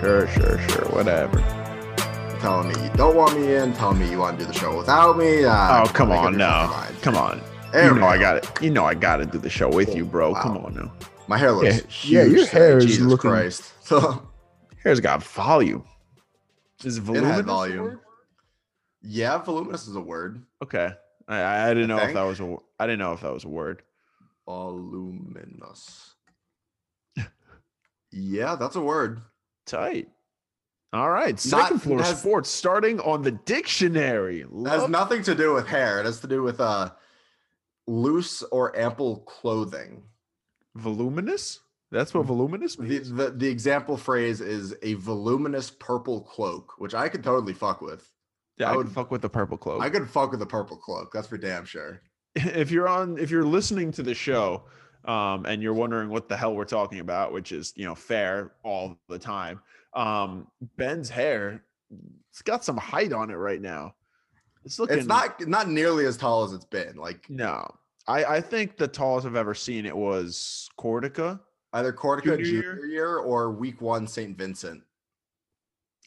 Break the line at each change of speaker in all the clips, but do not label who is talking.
sure, sure, whatever.
Telling me you don't want me in, telling me you want to do the show without me. Uh,
oh, come
make up
on,
your
no,
fucking mind.
come on.
There
you
we
know I
go.
got it. You know I got to do the show with you, bro. Come
Wow.
on now.
My hair looks huge.
Yeah, your
today.
hair is
Jesus
looking-
Christ.
Hair's got volume. Is voluminous a
volume.
word?
yeah, voluminous is a word.
Okay, I- I, I didn't
I
know if that
think.
was a. wo- I didn't know if that was a word.
Voluminous. yeah, that's a word.
Tight. All right,
Not-
second floor
that's-
sports starting on the dictionary.
It has
Love-
nothing to do with hair. It has to do with uh, loose or ample clothing.
voluminous. That's what voluminous
Mm. The,
means.
the the example phrase is a voluminous purple cloak, which I could totally fuck with.
Yeah,
I
I, would
would-
fuck with the purple cloak.
I could fuck with a purple cloak. That's for damn sure.
if you're on if you're listening to the show um and you're wondering what the hell we're talking about which is you know fair all the time um ben's hair it's got some height on it right now it's looking
It's not not nearly as tall as it's been. Like
no i i think the tallest i've ever seen it was cortica
either Cortica
Junior
junior,
year?
year or week one St. Vincent.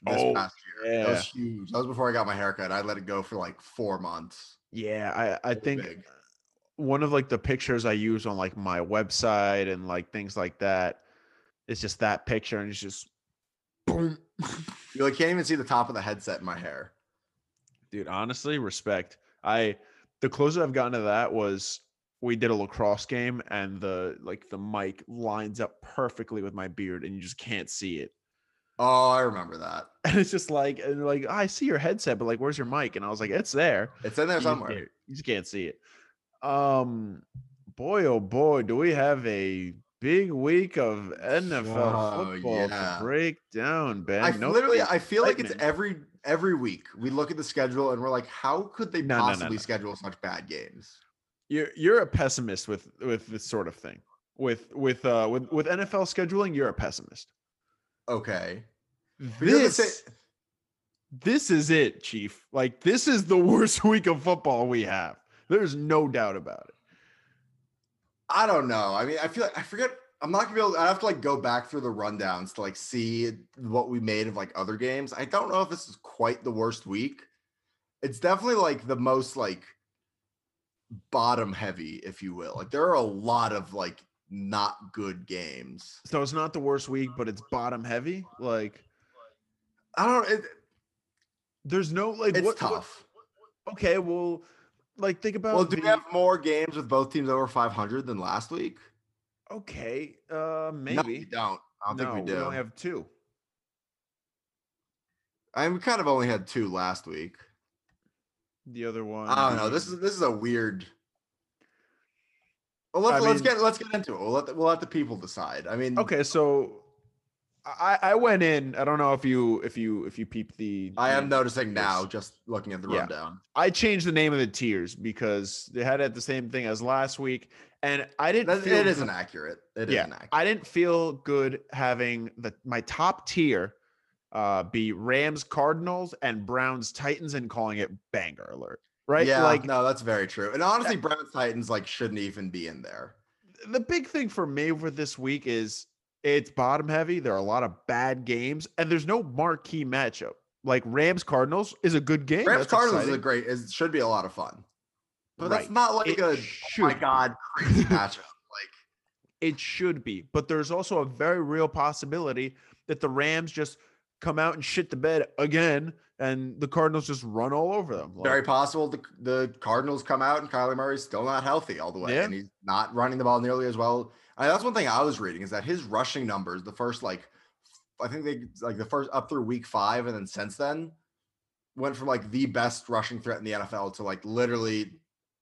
This
Oh,
past year. That was huge. That was before I got my haircut. I let it go for like four months.
yeah i i
was
think
big.
one of like the pictures i use on like my website and like things like that it's just that picture and it's just boom
You like can't even see the top of the headset in my hair.
dude honestly respect i the closest i've gotten to that was we did a lacrosse game and the like the mic lines up perfectly with my beard and you just can't see it
Oh, I remember that.
and it's just like and they're like "Oh, i see your headset but like where's your mic and i was like it's there
It's in there
You just
somewhere.
can't- you just can't see it um boy oh boy do we have a big week of nfl
Oh,
football
yeah.
to break down ben
I f-
No
literally, I feel like it's
excitement.
every every week we look at the schedule and we're like, how could they
No, no, no,
possibly
no.
schedule such bad games?
you're you're a pessimist with with this sort of thing with with uh with with NFL scheduling you're a pessimist
Okay, But you're the
this
sa-
this is it chief like this is the worst week of football we have there's no doubt about it
I don't know. I mean, I feel like I forget. I'm not gonna be able. I have to like go back through the rundowns to like see what we made of like other games. I don't know if this is quite the worst week. It's definitely like the most like bottom heavy, if you will. Like there are a lot of like not good games.
so it's not the worst week but it's bottom heavy like
I don't. It,
there's no like
it's
what, what-
tough.
okay well like think about
Well, do
the-
we have more games with both teams over 500 than last week?
okay uh maybe
No, we don't. I don't
No,
think we do.
only have two
I mean, we kind of only had two last week.
the other one
I don't know. This
being-
is this is a weird. Well, let's,
I
let's
mean-
get let's get into it. We'll let the, we'll let the people decide. I mean,
Okay, so I I went in. I don't know if you if you if you peeped the.
I am
name.
noticing now,
Yes.
just looking at the
Yeah.
rundown.
I changed the name of the tiers because they had it the same thing as last week, and I didn't.
That's,
feel
it is
good-
inaccurate. It
Yeah,
is inaccurate.
I didn't feel good having the my top tier uh be Rams Cardinals and Browns Titans and calling it banger alert. Right?
Yeah,
like
no, that's very true. And honestly, Browns Titans like shouldn't even be in there.
the big thing for me for this week is it's bottom heavy. There are a lot of bad games, and there's no marquee matchup. Like Rams Cardinals is a good game.
Rams
that's
Cardinals is a
exciting.
great. It should be a lot of fun, but that's
Right.
not like
It
a oh my
should be.
god crazy matchup.
It should be, but there's also a very real possibility that the Rams just come out and shit the bed again, and the Cardinals just run all over them.
Very
Like,
possible the, the Cardinals come out and Kyler Murray's still not healthy all the way,
Yeah.
and he's not running the ball nearly as well. I, that's one thing I was reading is that his rushing numbers, the first like, I think they like the first up through week five, and then since then, went from like the best rushing threat in the NFL to like literally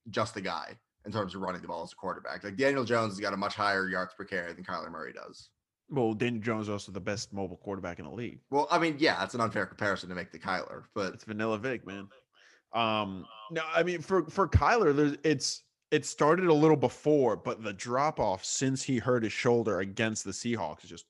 just the guy in terms of running the ball as a quarterback. Like Daniel Jones has got a much higher yards per carry than Kyler Murray does.
well, Daniel Jones is also the best mobile quarterback in the league.
Well, I mean, yeah, it's an unfair comparison to make to Kyler, but
It's Vanilla Vic, man. Um, no, I mean for for Kyler, there's it's it started a little before, but the drop off since he hurt his shoulder against the Seahawks is just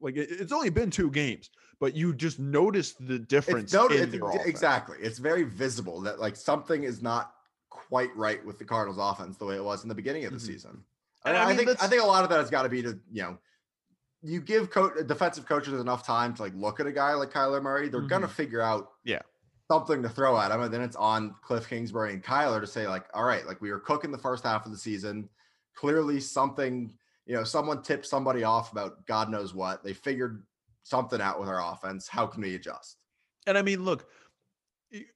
like it- it's only been two games, but you just notice the difference.
It's no,
in
it's,
their
ex-
offense.
exactly. It's very visible that like something is not quite right with the Cardinals' offense the way it was in the beginning of the
Mhm.
season.
And
And
I
I,
mean,
think I
that's-
think a lot of that has got to be to you know you give co- defensive coaches enough time to like look at a guy like Kyler Murray, they're gonna figure out
Mm-hmm. Yeah.
something to throw at him, and then it's on Cliff Kingsbury and Kyler to say like, all right, like we were cooking the first half of the season. Clearly, something you know, someone tipped somebody off about God knows what. They figured something out with our offense. How can we adjust?
And I mean, look, y-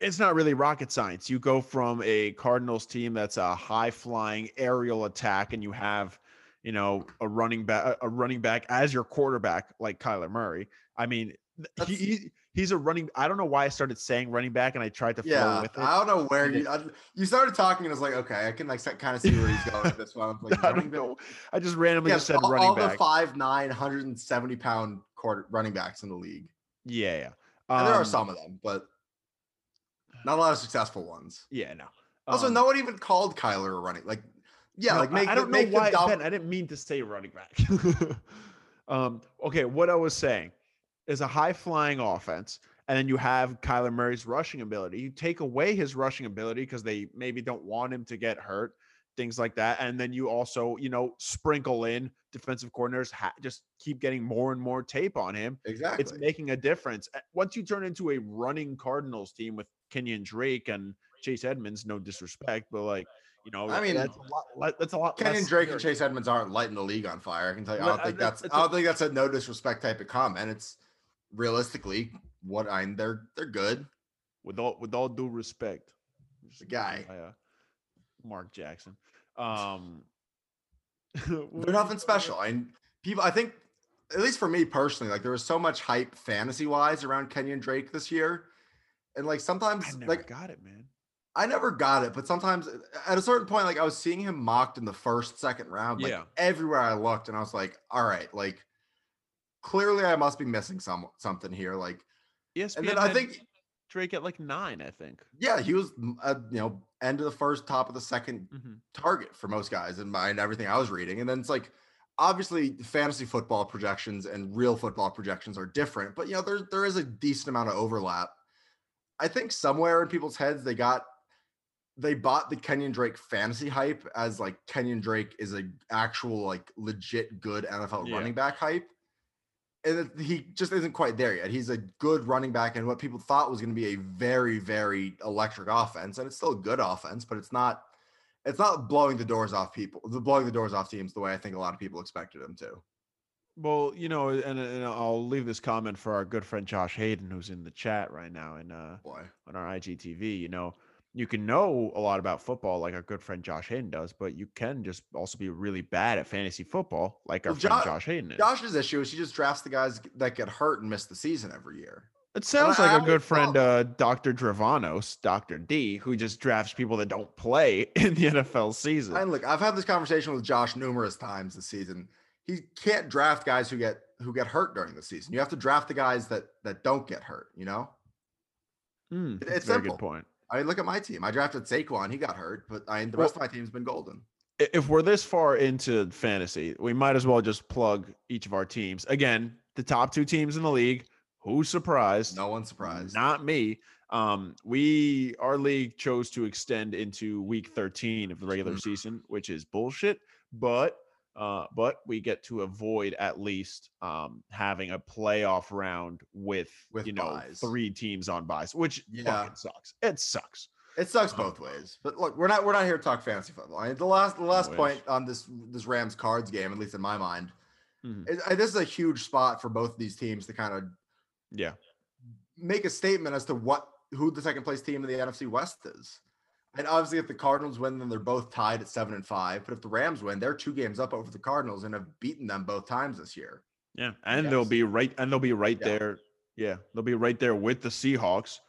it's not really rocket science. You go from a Cardinals team that's a high flying aerial attack, and you have, you know, a running back, a running back as your quarterback, like Kyler Murray. I mean, th- he,
That's-
he- he's a running. I don't know why I started saying running back, and I tried to flow
Yeah,
with it.
I don't know where
And
you I, you started talking, and I was like, okay, I can like kind of see where he's going with this one. I'm like,
I
running
don't
back-
know. I just randomly
Yes,
just said
all,
running
all the
back.
five nine hundred and seventy pound quarter running backs in the league.
yeah, yeah.
And there
Um,
are some of them, but not a lot of successful ones.
Yeah, no.
Also,
Um,
no one even called Kyler a running like yeah,
No,
like
I-
make
I
the-
don't
make
know why
the dumb,
Ben, I didn't mean to say running back. um, okay, what I was saying is a high flying offense, and then you have Kyler Murray's rushing ability. You take away his rushing ability because they maybe don't want him to get hurt, things like that, and then you also you know sprinkle in defensive coordinators ha- just keep getting more and more tape on him
exactly.
it's making a difference. Uh, Once you turn into a running Cardinals team with Kenyon Drake and Chase Edmonds, no disrespect, but like you know,
I mean,
that's a lot. le- That's a lot.
Kenyon
less
Drake and
scary.
Chase Edmonds aren't lighting the league on fire. I can tell you. I
Well,
don't
I-
think
that-
that's.
it's
I
a-
don't think that's a no disrespect type of comment. It's realistically what I'm. They're they're good.
With all with all due respect,
The guy.
by, uh, Mark Jackson. Um,
They're nothing special. And people, I think, at least for me personally, like there was so much hype fantasy wise around Kenyon Drake this year, and like sometimes
I never
like
got it, man.
I never got it, but sometimes at a certain point, like I was seeing him mocked in the first, second round, like
Yeah.
everywhere I looked, and I was like, all right, like clearly I must be missing some something here, like.
Yes,
And then I think
Drake at like nine. I think.
Yeah, he was mm, uh, you know end of the first, top of the second
Mhm.
target for most guys in mind everything I was reading, and then it's like obviously fantasy football projections and real football projections are different, but you know there there is a decent amount of overlap. I think somewhere in people's heads they got they bought the Kenyon Drake fantasy hype as like Kenyon Drake is a actual like legit good NFL
Yeah.
running back hype. And it- he just isn't quite there yet. He's a good running back and what people thought was going to be a very very electric offense and it's still a good offense, but it's not it's not blowing the doors off people, the blowing the doors off teams the way I think a lot of people expected him to.
Well, you know, and, and I'll leave this comment for our good friend Josh Hayden, who's in the chat right now, and uh,
Boy.
on our IGTV, you know, you can know a lot about football like our good friend Josh Hayden does, but you can just also be really bad at fantasy football like our
Well,
friend
Jo-
Josh Hayden is.
Josh's issue is he just drafts the guys that get hurt and miss the season every year.
it sounds
I- I
like our
always
good friend uh, Dr. Dravanos, Dr. D, who just drafts people that don't play in the NFL season.
And look, I've had this conversation with Josh numerous times this season. He can't draft guys who get who get hurt during the season. You have to draft the guys that that don't get hurt. You know,
Mm,
it-
that's
it's
a very
simple.
good point.
I mean, look at my team. I drafted Saquon. He got hurt, but I the
Well-
rest of my team's been golden.
i- if we're this far into fantasy, we might as well just plug each of our teams. Again, the top two teams in the league. Who's surprised?
No one's surprised.
Not me. Um, we our league chose to extend into week 13 of the regular
Mhm.
season, which is bullshit. But uh, but we get to avoid at least um, having a playoff round with,
With
you know
byes.
three teams on buys, which
Yeah.
fucking sucks. It sucks.
It sucks
Um,
both ways. But look, we're not we're not here to talk fantasy football. I mean, the last the last
wish.
point on this this Rams Cards game, at least in my mind,
Mhm.
is- I- this is a huge spot for both of these teams to kind of
Yeah.
make a statement as to what who the second place team in the NFC West is. And obviously, if the Cardinals win, then they're both tied at seven and five. But if the Rams win, they're two games up over the Cardinals and have beaten them both times this year.
Yeah, and they'll
Yes.
be right, and they'll be right
Yeah.
there. Yeah, they'll be right there with the Seahawks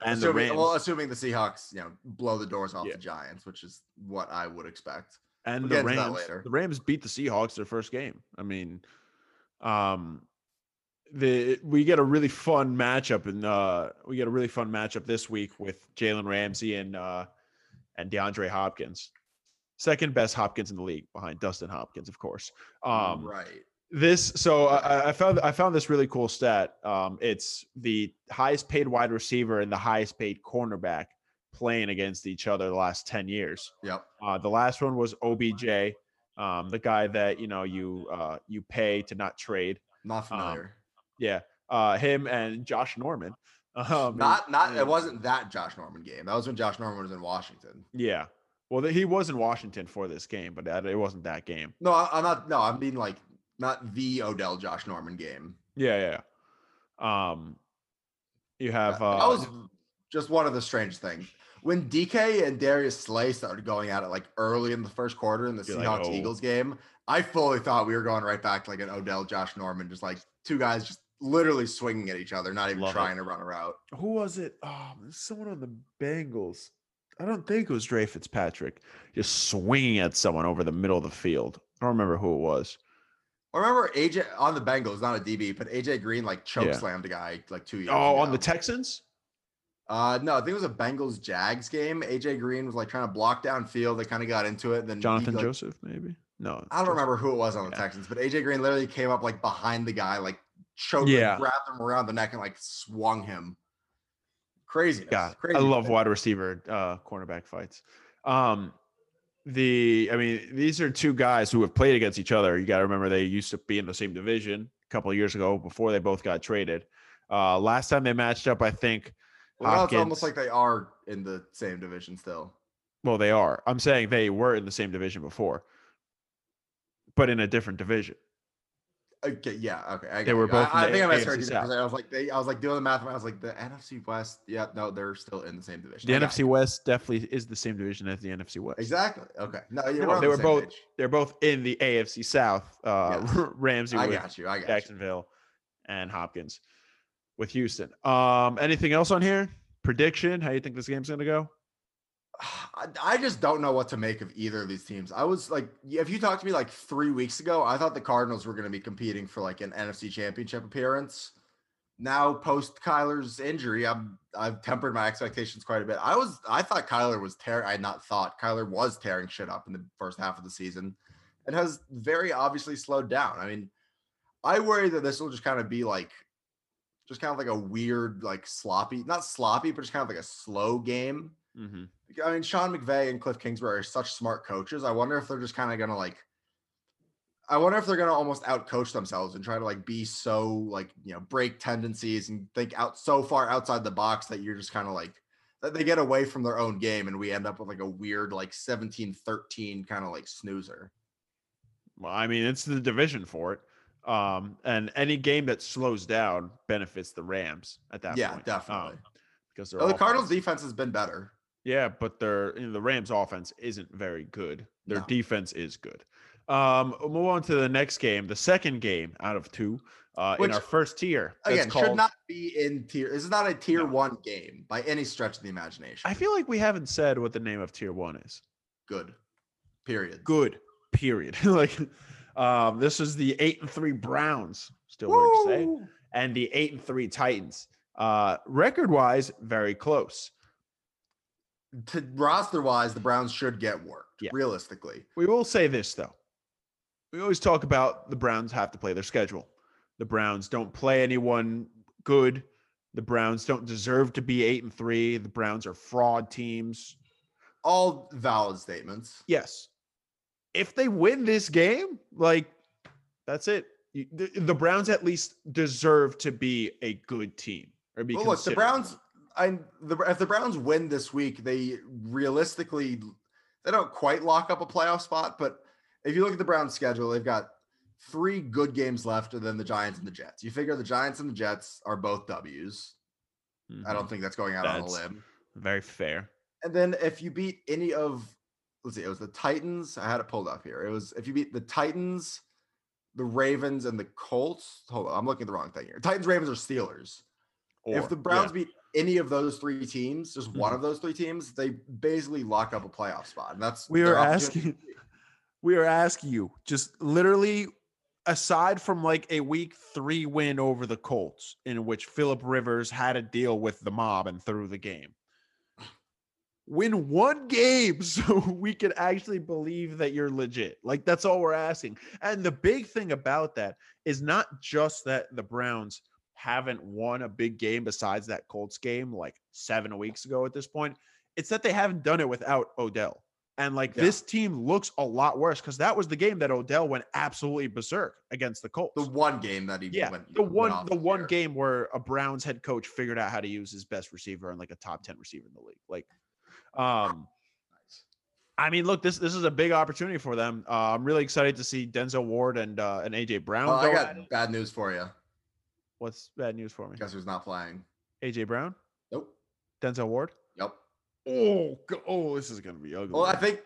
and the
assuming,
Rams,
well, assuming the Seahawks, you know, blow the doors off
Yeah.
the Giants, which is what I would expect.
and
we'll
the
get into that
Rams.
later.
The Rams beat the Seahawks their first game. I mean, um, the we get a really fun matchup, and uh, we get a really fun matchup this week with Jalen Ramsey and uh, and DeAndre Hopkins, second best Hopkins in the league behind Dustin Hopkins, of course. Um,
right.
this so I, I- I found I found this really cool stat. Um, it's the highest paid wide receiver and the highest paid cornerback playing against each other the last ten years.
Yep.
Uh, the last one was OBJ, um, the guy that you know you uh, you pay to not trade.
Not
um,
familiar.
Yeah, uh, him and Josh Norman. Um,
not not.
yeah.
It wasn't that Josh Norman game. That was when Josh Norman was in Washington.
yeah. Well, th- he was in Washington for this game, but that, it wasn't that game.
No, I, I'm not. No, I mean like not the Odell Josh Norman game.
Yeah, yeah, yeah. Um, you have. Uh,
That was just one of the strange things. When DK and Darius Slay started going at it like early in the first quarter in the
You're like,
Seahawks
"Oh."
Eagles game, I fully thought we were going right back to like an Odell Josh Norman, just like two guys just literally swinging at each other, not even
Love it.
trying to run a route.
who was it? Oh, there's someone on the Bengals. I don't think it was Dre Fitzpatrick just swinging at someone over the middle of the field. I don't remember who it was.
I remember AJ on the Bengals, not a DB, but AJ Green like choke
Yeah.
slammed a guy like two years.
Oh, on
ago.
the Texans?
Uh, no, I think it was a Bengals Jags game. AJ Green was like trying to block downfield. They kind of got into it. And then he,
Jonathan
like,
Joseph, maybe? No.
I don't
Joseph.
remember who it was on the
Yeah.
Texans, but AJ Green literally came up like behind the guy, like choked,
Yeah.
him, grabbed him around the neck, and like swung him. Crazy,
Yeah,
crazy.
I love wide receiver uh cornerback fights. Um the I mean, these are two guys who have played against each other. You gotta remember they used to be in the same division a couple of years ago before they both got traded. Uh last time they matched up, I think
Well, it's
Hopkins.
almost like they are in the same division still.
Well, they are. I'm saying they were in the same division before, but in a different division.
Okay, yeah, okay. I
They
got
were
you. I-
both in
I,
the
think I misheard
AFC
you. there for a second. I was like, they, I was like doing the math. and I was like, the NFC West. Yeah, no, they're still in the same division.
The
I got
NFC
you.
West definitely is the same division as the NFC West.
Exactly. Okay. No, yeah,
No,
we're on
they
the
were
same
both-
page.
They're both in the AFC South. Uh,
Yes.
Ramsey
I
with
got you. I got you.
Jacksonville and Hopkins with Houston. Um, anything else on here? Prediction? How you think this game's gonna go?
I, I just don't know what to make of either of these teams. I was like, if you talked to me like three weeks ago, I thought the Cardinals were going to be competing for like an NFC Championship appearance. Now, post Kyler's injury, I'm I've tempered my expectations quite a bit. I was I thought Kyler was tearing. I not thought Kyler was tearing shit up in the first half of the season, and has very obviously slowed down. I mean, I worry that this will just kind of be like, just kind of like a weird, like sloppy, not sloppy, but just kind of like a slow game.
Mm-hmm.
I mean, Sean McVay and Cliff Kingsbury are such smart coaches. I wonder if they're just kind of gonna like. I wonder if they're gonna almost outcoach themselves and try to like be so like you know break tendencies and think out so far outside the box that you're just kind of like that they get away from their own game and we end up with like a weird like 17-13 kind of like snoozer.
Well, I mean, it's the division for it. Um, and any game that slows down benefits the Rams at that
yeah,
point. Um,
definitely.
because
Now,
they're
the
offense-
Cardinals' defense has been better.
Yeah, but their you know, the Rams offense isn't very good. Their
No.
defense is good. Um, we'll move on to the next game, the second game out of two uh,
Which,
in our first tier. that's
Again,
called-
should not be in tier. This is not a tier
No.
one game by any stretch of the imagination.
I feel like we haven't said what the name of tier one is.
Good. Period.
Good. Period. like, um, this is the eight and three Browns. Still weird to say.
Woo!
and the eight and three Titans. Uh, record wise, very close.
to roster wise, the Browns should get worked
Yeah.
realistically.
We will say this though. We always talk about the Browns have to play their schedule. The Browns don't play anyone good. The Browns don't deserve to be eight and three. The Browns are fraud teams.
All valid statements.
Yes. If they win this game, like that's it. You- The, the Browns at least deserve to be a good team or be
But look, the
considered
Browns,
one.
I the if the Browns win this week, they realistically they don't quite lock up a playoff spot. But if you look at the Browns' schedule, they've got three good games left, and then the Giants and the Jets. You figure the Giants and the Jets are both W's. I don't think that's going out on a
That's-
limb.
Mm-hmm. Very fair.
And then if you beat any of, let's see, it was the Titans. I had it pulled up here. It was if you beat the Titans, the Ravens, and the Colts. Hold on, I'm looking at the wrong thing here. Titans, Ravens, or Steelers.
Or-
if the
yeah.
Browns beat any of those three teams, just one
Mhm.
of those three teams, they basically lock up a playoff spot. And that's
We
their
are
opportunity.
asking. We are asking you just literally, aside from like a week three win over the Colts, in which Philip Rivers had a deal with the mob and threw the game. Win one game so we can actually believe that you're legit. Like that's all we're asking. And the big thing about that is not just that the Browns haven't won a big game besides that Colts game like seven weeks ago at this point. It's that they haven't done it without Odell And like
Yeah.
this team looks a lot worse because that was the game that Odell went absolutely berserk against the Colts.
The one game that he
yeah,
went
the
went
one
off
the one
air.
game where a Browns head coach figured out how to use his best receiver and like a top ten receiver in the league. Like, um, I mean, look this this is a big opportunity for them. Uh, I'm really excited to see Denzel Ward and uh, and AJ Brown.
Well, I
go
got
at it.
bad news for you.
What's bad news for me?
Guess who's not playing?
AJ Brown,
Nope.
Denzel Ward.
Yep.
Oh, go- oh, this is gonna be ugly.
Well, I think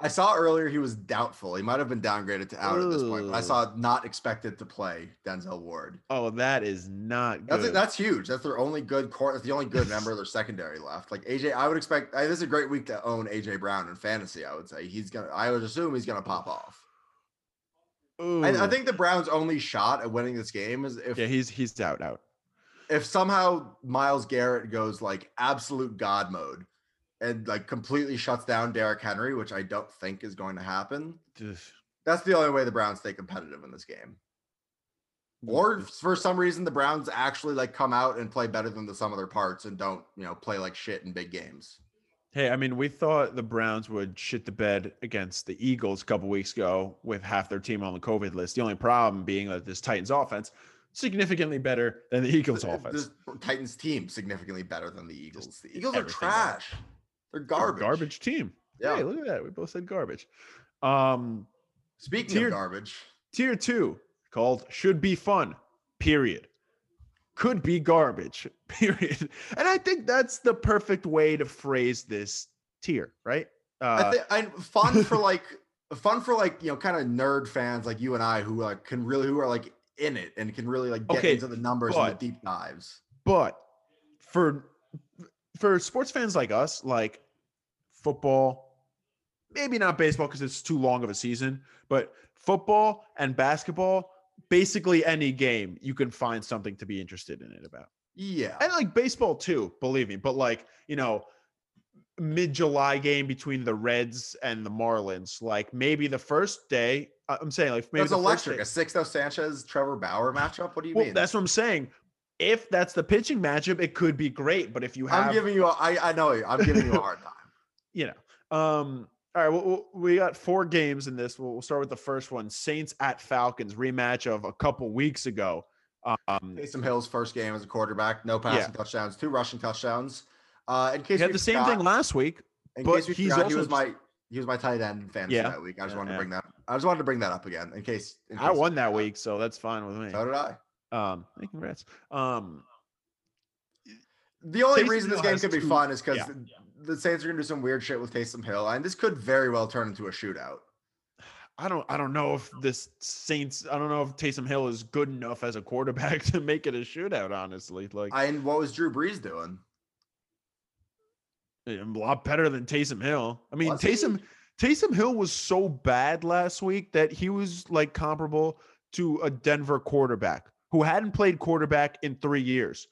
I saw earlier he was doubtful. He might have been downgraded to out at this point. But I
Ooh.
saw not expected to play Denzel Ward.
oh, that is not good.
That's that's huge. That's their only good core. That's the only good member of their secondary left. Like AJ, I would expect I, this is a great week to own AJ Brown in fantasy. I would say he's gonna. I would assume he's gonna pop off. And I
Ooh.
think the Browns' only shot at winning this game is if
yeah, he's he's out out.
if somehow Miles Garrett goes like absolute god mode and like completely shuts down Derrick Henry, which I don't think is going to happen.
Just-
That's the only way the Browns stay competitive in this game.
Mm-hmm.
Or if for some reason the Browns actually like come out and play better than the sum of their parts and don't, you know, play like shit in big games.
Hey, I mean, we thought the Browns would shit the bed against the Eagles a couple weeks ago with half their team on the COVID list. The only problem being that this Titans offense significantly better than the Eagles
Th-
offense.
This Titans team significantly better than the Eagles. The Eagles are
everything better.
trash. They're
They're a
garbage.
garbage team.
Yeah.
Hey, look at that. We both said garbage. Um,
Speaking
Tier-
of garbage,
tier two called should be fun period could be garbage period and i think that's the perfect way to phrase this tier right
I
uh
think I fun for like fun for like you know kind of nerd fans like you and I who like can really who are like in it and can really like get
Okay,
into the numbers
but-
and the deep dives.
but for for sports fans like us like football maybe not baseball because it's too long of a season but football and basketball basically any game you can find something to be interested in it about
Yeah,
and like baseball too, believe me. But like you know, mid July game between the Reds and the Marlins, like maybe the first day. I- I'm saying like maybe
that's
the first
electric.
day-
A Sixto Sanchez Trevor Bauer matchup. What do you
well,
mean?
that's what I'm saying. If that's the pitching matchup, it could be great. But if you have,
I'm giving you. A, I I know you. I'm giving you a hard time.
you know, um. All right, well, well, we got four games in this. We'll, we'll start with the first one: Saints at Falcons rematch of a couple weeks ago. Um,
Taysom Hill's first game as a quarterback, no passing touchdowns, two rushing touchdowns. Uh, in
he
case
had
we
the same
forgot-
thing last week.
In
But
case we
he's
forgot, he
also
was
just-
my he was my tight end in fantasy
Yeah.
that week. I just
Yeah,
wanted
yeah.
to bring that. I just wanted to bring that up again in case. In
I
case we
won that
forgot.
week, so that's fine with me.
So did I.
Um, hey, congrats. Um,
The only
Taysom
reason this
Hill
game
has
could be
two-
fun is because
yeah.
the Saints are going to do some weird shit with Taysom Hill, and this could very well turn into a shootout.
I don't I don't know if this Saints I don't know if Taysom Hill is good enough as a quarterback to make it a shootout, honestly. Like
I- And what was Drew Brees doing?
a lot better than Taysom Hill. I mean
Was he?
Taysom Taysom Hill was so bad last week that he was like comparable to a Denver quarterback who hadn't played quarterback in three years,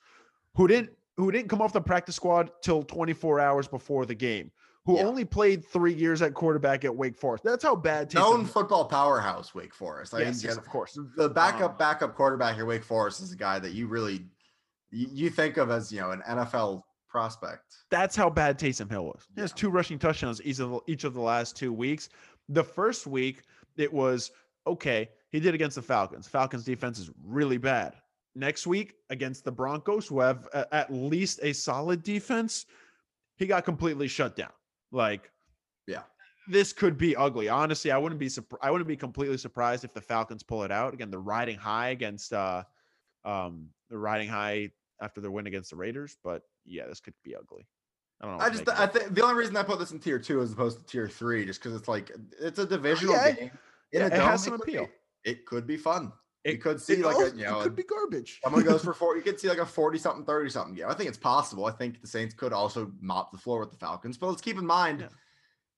who didn't who didn't come off the practice squad till 24 hours before the game, who
Yeah.
only played three years at quarterback at Wake Forest. That's how bad Taysom
Known
Hill.
football powerhouse, Wake Forest. I
Yes,
didn't
yes,
get
of course.
the backup
Um,
backup quarterback at Wake Forest is a guy that you really you, you think of as you know an NFL prospect.
That's how bad Taysom Hill was. He has
Yeah.
two rushing touchdowns each of, the, each of the last two weeks. The first week, it was okay. He did against the Falcons. Falcons defense is really bad. Next week against the Broncos, who have a- at least a solid defense, he got completely shut down. Like,
Yeah.
this could be ugly. Honestly, I wouldn't be surprised. I wouldn't be completely surprised if the Falcons pull it out. Again, they're riding high against uh, um, they're riding high after their win against the Raiders. But yeah, this could be ugly. I don't know.
I
what to
just
make of
I
it.
think the only reason I put this in tier two as opposed to tier three, just because it's like it's a divisional
yeah,
game.
yeah, it has some
could be-
appeal.
it could be fun. It,
It-
could see
It
like
also-
a you know
it
a
could be garbage.
Someone goes for four. You could see like a forty-something, thirty-something game. I think it's possible. I think the Saints could also mop the floor with the Falcons. But let's keep in mind,
Yeah.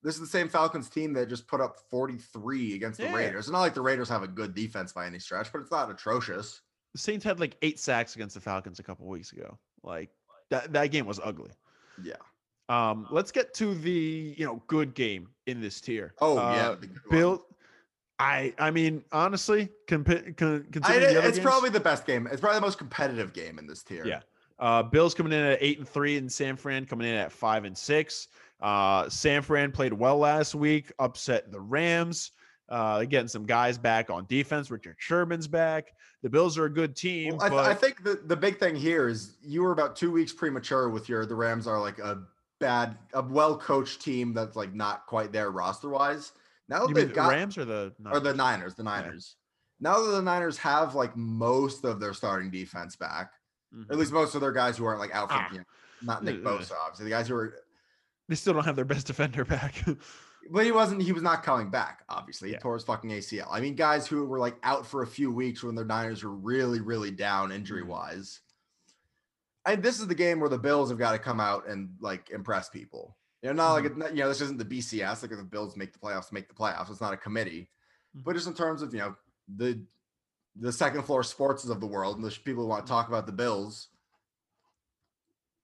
this is the same Falcons team that just put up forty-three against the
Yeah.
Raiders. It's not like the Raiders have a good defense by any stretch, but it's not atrocious.
The Saints had like eight sacks against the Falcons a couple weeks ago. Like that that game was ugly.
Yeah.
Um, let's get to the you know good game in this tier.
Oh
Uh,
yeah, the good one.
Bill. I I mean honestly, compa- con-
I,
considering the other
it's
games-
probably the best game. It's probably the most competitive game in this tier.
Yeah. Uh, Bills coming in at eight and three, and San Fran coming in at five and six. Uh, San Fran played well last week, upset the Rams. Uh, they're getting some guys back on defense. Richard Sherman's back. The Bills are a good team.
Well, I, th-
but
I think the, the big thing here is you were about two weeks premature with your the Rams are like a bad, a well coached team that's like not quite there roster wise. Now that
you mean
they've
the
got
Rams or the
or the
Niners?
Niners, the Niners. Now that the Niners have like most of their starting defense back,
Mhm.
at least most of their guys who aren't like out for
Ah.
you know, not Nick
Ugh.
Bosa, obviously the guys who were,
they still don't have their best defender back.
but he wasn't. He was not coming back. Obviously,
Yeah.
he tore his fucking ACL. I mean, guys who were like out for a few weeks when their Niners were really, really down injury wise. And this is the game where the Bills have got to come out and like impress people. You know, not like it's not- you know, this isn't the BCS. Like if the Bills make the playoffs, make the playoffs. It's not a committee,
Mhm.
but just in terms of you know the the second floor sports of the world and the sh- people who want to talk about the Bills.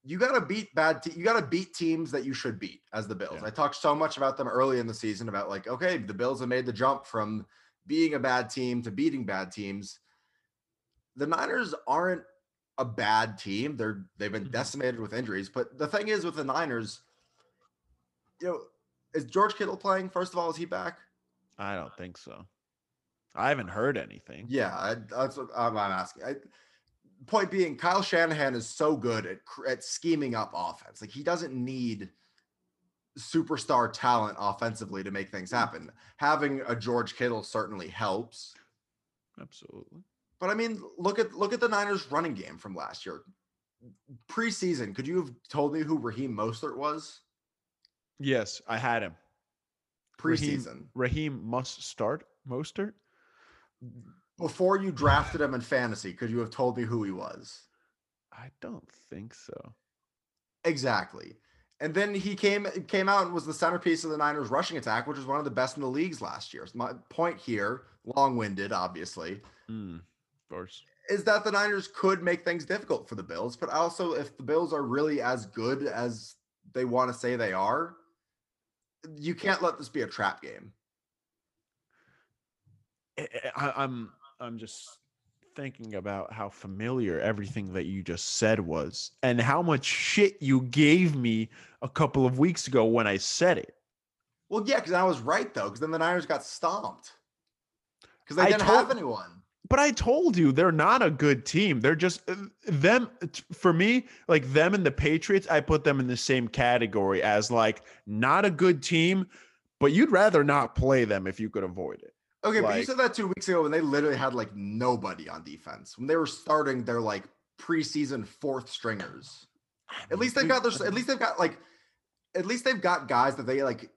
You gotta beat bad. Te- you gotta beat teams that you should beat as the Bills.
Yeah.
I talked so much about them early in the season about like, okay, the Bills have made the jump from being a bad team to beating bad teams. The Niners aren't a bad team. They're they've been
Mhm.
decimated with injuries. But the thing is with the Niners, you know, is George Kittle playing? First of all, is he back?
I don't think so. I haven't heard anything.
Yeah, I, that's what I'm, I'm asking. I, point being, Kyle Shanahan is so good at cr- at scheming up offense. Like he doesn't need superstar talent offensively to make things happen. Having a George Kittle certainly helps.
Absolutely.
But I mean, look at look at the Niners running game from last year. Preseason, could you have told me who Raheem Mostert was?
Yes, I had him. Raheem-
Preseason.
Raheem must start Mostert.
Before you drafted him in fantasy, could you have told me who he was?
I don't think so.
Exactly. And then he came came out and was the centerpiece of the Niners rushing attack, which was one of the best in the leagues last year. So my point here, long-winded, obviously,
Mm, of course.
is that the Niners could make things difficult for the Bills, but also if the Bills are really as good as they want to say they are, you can't let this be a trap game.
I, Eh, I- I'm I'm just thinking about how familiar everything that you just said was and how much shit you gave me a couple of weeks ago when I said it.
Well, yeah, because I was right though, because then the Niners got stomped because they
I
didn't
told-
have anyone.
But I told you they're not a good team. They're just uh, them for me, like them and the Patriots, I put them in the same category as like not a good team, but you'd rather not play them if you could avoid it.
Okay, but you
Like-
said that two weeks ago when they literally had like nobody on defense when they were starting their like preseason fourth stringers. At least they've got their. At least they've got like. At least they've got guys that they like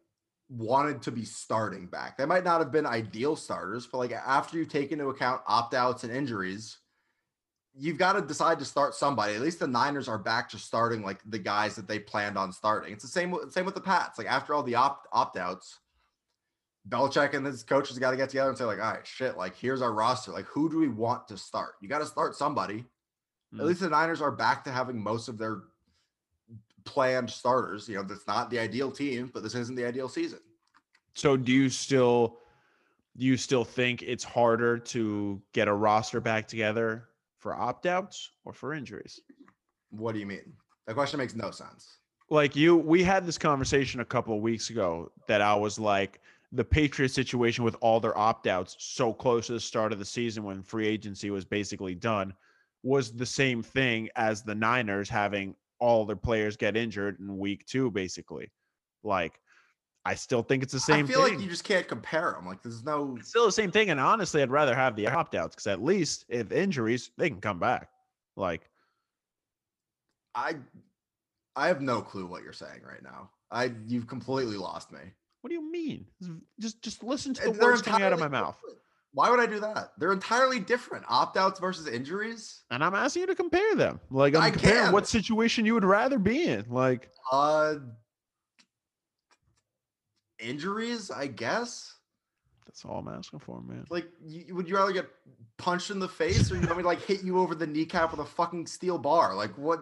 wanted to be starting back. They might not have been ideal starters, but like after you take into account opt outs and injuries, you've got to decide to start somebody. At least the Niners are back to starting like the guys that they planned on starting. It's the same. with- Same with the Pats. Like after all the opt opt outs. Belichick and his coaches got to get together and say, like, all right, shit, like, here's our roster. Like, who do we want to start? You got to start somebody. At
Mm.
least the Niners are back to having most of their planned starters. You know, that's not the ideal team, but this isn't the ideal season.
So do you still do you still think it's harder to get a roster back together for opt-outs or for injuries?
What do you mean? That question makes no sense.
Like you we had this conversation a couple of weeks ago that I was like the Patriots situation with all their opt-outs so close to the start of the season when free agency was basically done was the same thing as the Niners having all their players get injured in week 2 basically. Like I still think it's the same
I feel
thing.
like you just can't compare them. Like, there's no.
it's still the same thing. And honestly, I'd rather have the opt outs because at least if injuries, they can come back. Like,
I, I have no clue what you're saying right now. I you've completely lost me.
what do you mean? Just just listen to
Uh,
the
they're
words coming out of my
entirely
mouth.
different. Why would I do that? They're entirely different. Opt outs versus injuries.
And I'm asking you to compare them. Like, I'm
I
comparing
can.
what situation you would rather be in. Like,
Uh, injuries, I guess.
that's all I'm asking for, man.
Like, you, would you rather get punched in the face, or you want me to like hit you over the kneecap with a fucking steel bar? Like, what?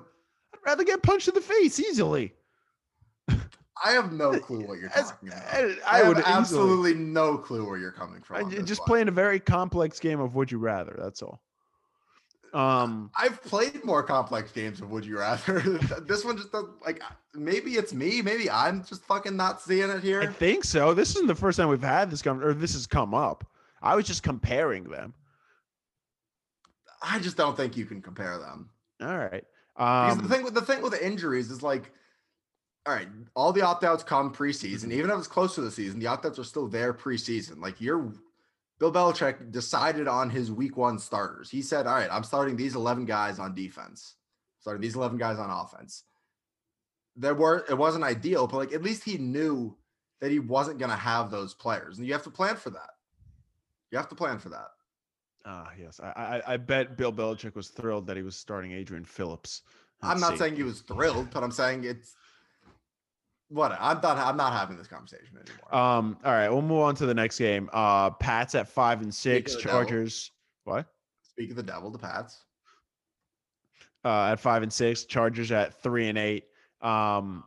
I'd rather get punched in the face easily.
I have no clue what you're
As-
talking about.
I,
I,
I would
have
absolutely.
absolutely no clue where you're coming from.
I,
on
ju-
this
just
one.
playing a very complex game of would you rather. That's all. Um,
I've played more complex games of Would You Rather. this one just doesn't like maybe it's me, maybe I'm just fucking not seeing it
I
here.
think so. This isn't the first time we've had this come or this has come up. I was just comparing them.
I just don't think you can compare them.
All right.
Because the
Um,
thing with the thing with injuries is like, all right, all the opt outs come preseason. Even if it's close to the season, the opt outs are still there preseason. Like you're Bill Belichick decided on his week one starters. He said, All right, I'm starting these 11 guys on defense, starting these 11 guys on offense. There were, it wasn't ideal, but like at least he knew that he wasn't going to have those players. And you have to plan for that. You have to plan for that.
ah, yes. I, I I bet Bill Belichick was thrilled that he was starting Adrian Phillips. at
I'm not
safety.
saying he was thrilled, but I'm saying it's what I'm not, I'm not having this conversation anymore.
Um, all right, we'll move on to the next game. Uh Pats at five and six,
of the devil.
Chargers. What?
Speak of the devil, the Pats.
Uh at five and six, Chargers at three and eight. Um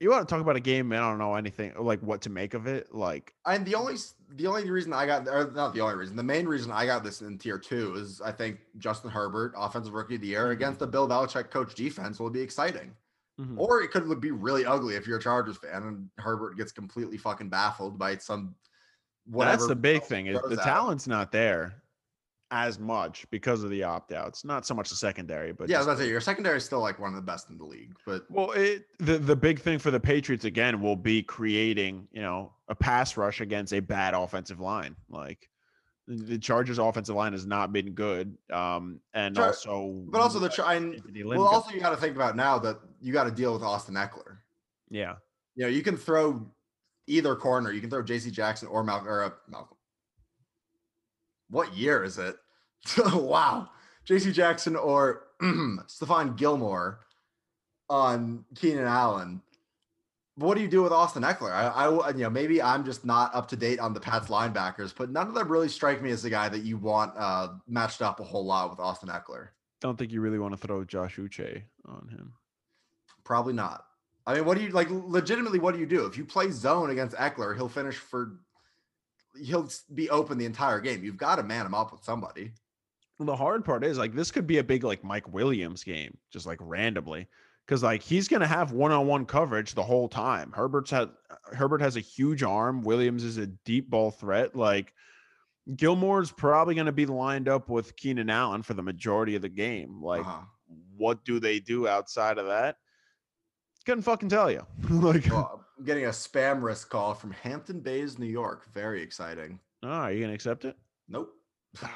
you want to talk about a game, man? I don't know anything like what to make of it. Like,
And the only s- the only reason I got or not the only reason, the main reason I got this in tier two is I think Justin Herbert, offensive rookie of the year, against the Bill Belichick coach defense will be exciting.
mhm.
Or it could be really ugly if you're a Chargers fan and Herbert gets completely fucking baffled by some whatever.
that's the big thing. Is
throws
the
at him.
talent's not there as much because of the opt outs. Not so much the secondary, but
yeah,
just-
that's it. Your secondary is still like one of the best in the league, but
Well, it the the big thing for the Patriots again will be creating, you know, a pass rush against a bad offensive line. Like the the Chargers' offensive line has not been good, um, and
Char-
also, uh,
but also the try and
Anthony Lynn
well,
got-
also you got to think about now that you got to deal with Austin Eckler.
yeah,
you know, you can throw either corner. You can throw J.C. Jackson or Malcolm. Or, uh, Malcolm. What year is it? wow, J.C. Jackson or Stephon Gilmore on Keenan Allen. But What do you do with Austin Eckler? I, I, will- you know, maybe I'm just not up to date on the Pats linebackers, but none of them really strike me as the guy that you want uh, matched up a whole lot with Austin Eckler.
don't think you really want to throw Josh Uche on him.
Probably not. I mean, what do you like? Legitimately, what do you do if you play zone against Eckler? He'll finish for. He'll s- be open the entire game. You've got to man him up with somebody.
Well, the hard part is like this could be a big like Mike Williams game, just like randomly, because like he's gonna have one-on-one coverage the whole time. Herbert's had uh, Herbert has a huge arm. Williams is a deep ball threat. Like Gilmore's probably gonna be lined up with Keenan Allen for the majority of the game. Like,
Uh-huh.
what do they do outside of that? Couldn't fucking tell you. like,
Well, I'm getting a spam risk call from Hampton Bays, New York. Very exciting.
oh, are you gonna accept it?
Nope,
Damn.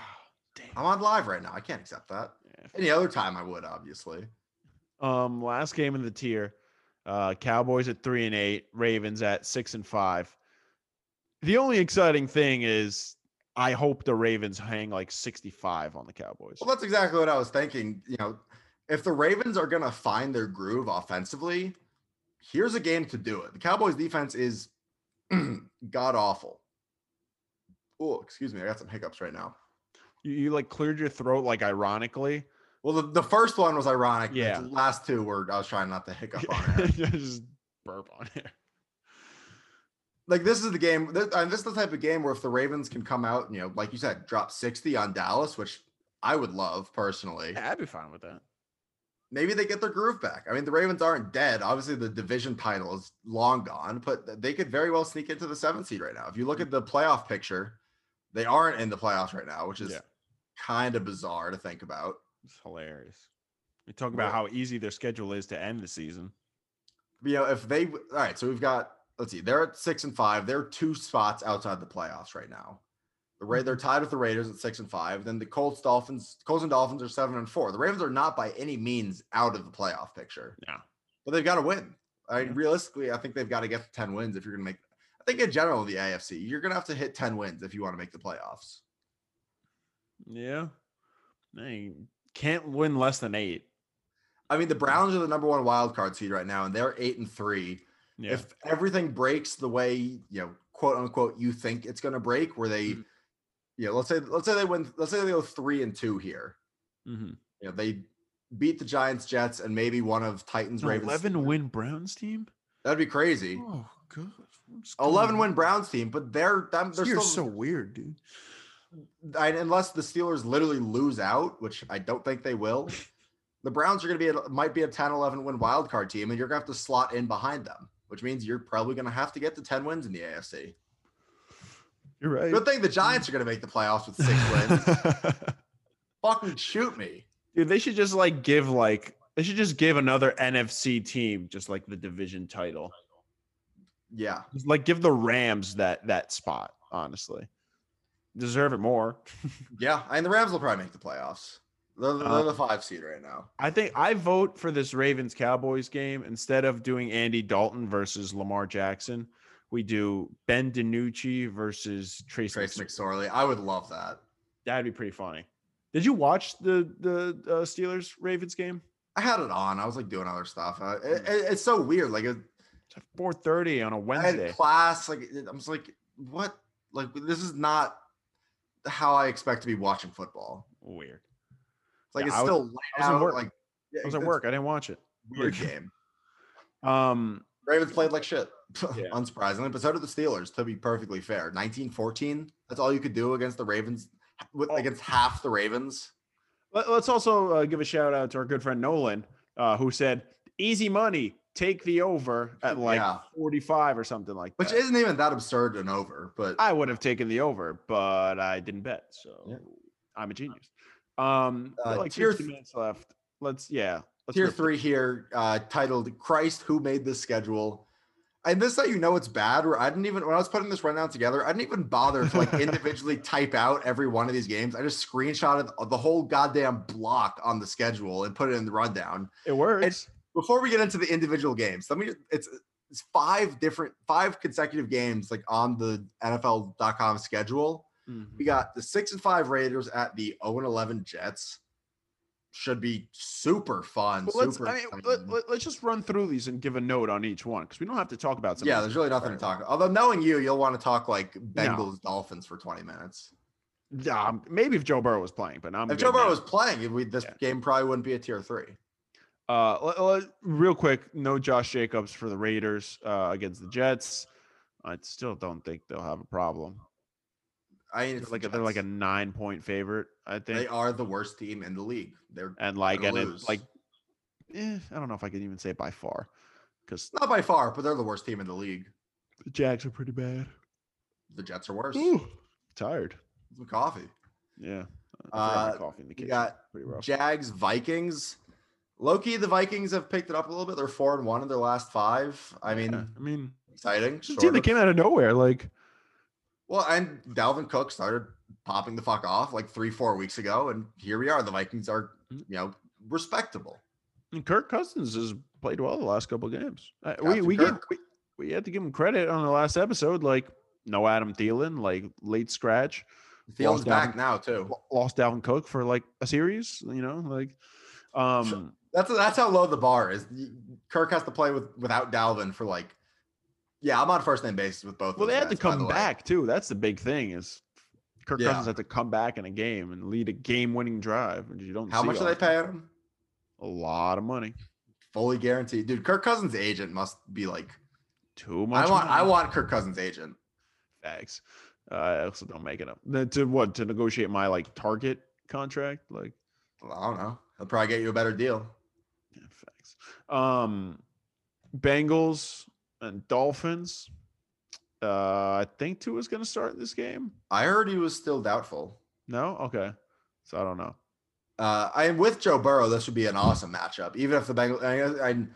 I'm on live right now. I can't accept that.
Yeah,
Any other time, I would obviously.
Um, last game in the tier, uh, Cowboys at three and eight, Ravens at six and five. The only exciting thing is I hope the Ravens hang like sixty-five on the Cowboys.
Well, that's exactly what I was thinking. You know, if the Ravens are going to find their groove offensively, here's a game to do it. The Cowboys defense is god awful. Oh, excuse me. I got some hiccups right now.
You, you like cleared your throat like ironically.
Well, the, the first one was ironic. but
Yeah.
The last two were, I was trying not to hiccup on air.
Just burp on air.
like this is the game. This, and this is the type of game where if the Ravens can come out, and, you know, like you said, drop 60 on Dallas, which I would love personally.
Yeah, I'd be fine with that.
maybe they get their groove back. I mean, the Ravens aren't dead. Obviously, the division title is long gone, but they could very well sneak into the seventh seed right now. If you look at the playoff picture, they aren't in the playoffs right now, which is
Yeah.
kind of bizarre to think about.
It's hilarious. You talk about how easy their schedule is to end the season.
You know, if they all right, so we've got let's see, they're at six and five. They're two spots outside the playoffs right now. The Ra- they're tied with the Raiders at six and five. Then the Colts, Dolphins, Colts and Dolphins are seven and four. The Ravens are not by any means out of the playoff picture.
No.
but they've got to win. I
Yeah.
realistically, I think they've got to get to ten wins if you're going to make. I think in general, the AFC, you're going to have to hit ten wins if you want to make the playoffs.
Yeah. They can't win less than eight.
I mean, the Browns are the number one wild card seed right now, and they're eight and three.
Yeah.
If everything breaks the way you know, quote unquote, you think it's going to break, where they,
Mhm.
you know, let's say let's say they win, let's say they go three and two here.
mm-hmm.
You know, they beat the Giants, Jets, and maybe one of Titans, Ravens.
Eleven win Browns team.
That'd be crazy.
Oh god. Oh,
Eleven win Browns team, but they're them, they're
You're so
still
weird, dude.
I, unless the Steelers literally lose out, which I don't think they will, the Browns are going to be a, might be a 10 11 win wild card team, and you're going to have to slot in behind them, which means you're probably going to have to get to 10 wins in the AFC.
You're right.
Good thing the Giants are going to make the playoffs with six wins. Fucking shoot me.
Dude, they should just like give like they should just give another NFC team just like the division title.
Yeah.
Just, like give the Rams that that spot, honestly. Deserve it more.
Yeah. And the Rams will probably make the playoffs. They're, they're
Uh,
the five seed right now.
I think I vote for this Ravens Cowboys game instead of doing Andy Dalton versus Lamar Jackson. We do Ben DiNucci versus Trace.
Trace
Mc-
McSorley. I would love that.
That'd be pretty funny. Did you watch the the uh, Steelers Ravens game?
I had it on. I was like doing other stuff. Uh, it, it- it's so weird. Like it,
It's at four thirty on a
I had
Wednesday.
class. Like it- I'm just like, what? Like this is not how I expect to be watching football.
Weird.
It's like
Yeah,
it's
I was-
still late
I was at
out,
work.
Like
I was at
it's
work. I didn't watch it.
a Weird game.
Um,
Ravens played like shit,
Yeah.
unsurprisingly. But so did the Steelers. To be perfectly fair, 1914. That's all you could do against the Ravens. With,
Oh.
Against half the Ravens.
let, us also uh, give a shout out to our good friend Nolan, uh, who said, "Easy money, take the over at like
Yeah.
forty-five or something like
Which
that."
isn't even that absurd and over, but
I would have taken the over, but I didn't bet, so
Yeah.
I'm a genius. Um,
Uh,
like
tier
15
th-
minutes left. Let's yeah. Let's
tier
rip
three here, uh, titled "Christ Who Made This Schedule," and this is how you know it's bad. Where I didn't even when I was putting this rundown together, I didn't even bother to like individually type out every one of these games. I just screenshotted the whole goddamn block on the schedule and put it in the rundown.
It It works.
Before we get into the individual games, let me. It's it's five different, five consecutive games like on the NFL.com schedule.
Mm-hmm.
We got the six and five Raiders at the 0 and 11 Jets. Should be super fun.
But let's,
super
I mean,
exciting.
let, us just run through these and give a note on each one because we don't have to talk about some. of
yeah,
these.
there's really nothing to
Right.
talk. Although knowing you, you'll want to talk like Bengals Dolphins for 20 minutes.
Um, maybe if Joe Burrow was playing, but I'm
If
good
Joe Burrow
now.
was playing, we, this
Yeah.
game probably wouldn't be a tier three.
Uh, le- le- real quick, no Josh Jacobs for the Raiders uh, against the Jets. I still don't think they'll have a problem.
I mean,
They're
it's
like
the
a, they're like a
Jets.
nine point favorite, I think,
they are the worst team in the league. They're
and like
gonna
and
lose.
it's like, eh, I don't know if I can even say by far, because
not by far, but they're the worst team in the league.
the Jags are pretty bad.
The Jets are worse.
Ooh, tired.
Some coffee.
Yeah, I forgot my
Uh,
coffee in the
You
kitchen.
got
pretty rough.
Jags Vikings. Loki, the Vikings have picked it up a little bit. They're four and one in their last five. I mean,
Yeah, I mean,
exciting.
it's a
sort
team that
of.
came out of nowhere. Like,
Well, and Dalvin Cook started popping the fuck off like three, four weeks ago, and here we are. The Vikings are, you
Mhm.
know, respectable.
And Kirk Cousins has played well the last couple of games. Uh, we
Captain
we, gave,
Kirk.
we we had to give him credit on the last episode. Like no Adam Thielen, like late scratch,
Fields
Lost
back
Dalvin-
now too.
Lo- lost Dalvin Cook for like a series. You know, like um,
That's that's how low the bar is. You- Kirk has to play with without Dalvin for like, yeah, I'm on first name basis with both.
well
of
they
those
had to
guys, by the
come
way.
back too. That's the big thing is Kirk
Yeah.
Cousins had to come back in a game and lead a game-winning drive, which you don't.
How
see
much are they
often.
paying him?
A lot of money.
Fully guaranteed, dude. Kirk Cousins' agent must be like,
Too much.
I want,
money.
I want Kirk Cousins' agent.
Facts. Uh, I also don't make it up. Then To what? To negotiate my like target contract, like.
Well, I don't know. He'll probably get you a better deal.
Yeah, facts. Um, Bengals and Dolphins. Uh, I think two is going to start this game.
I heard he was still doubtful.
No, okay. So I don't know.
Uh, I am with Joe Burrow. This would be an awesome matchup, even if the Bengals. I, I
You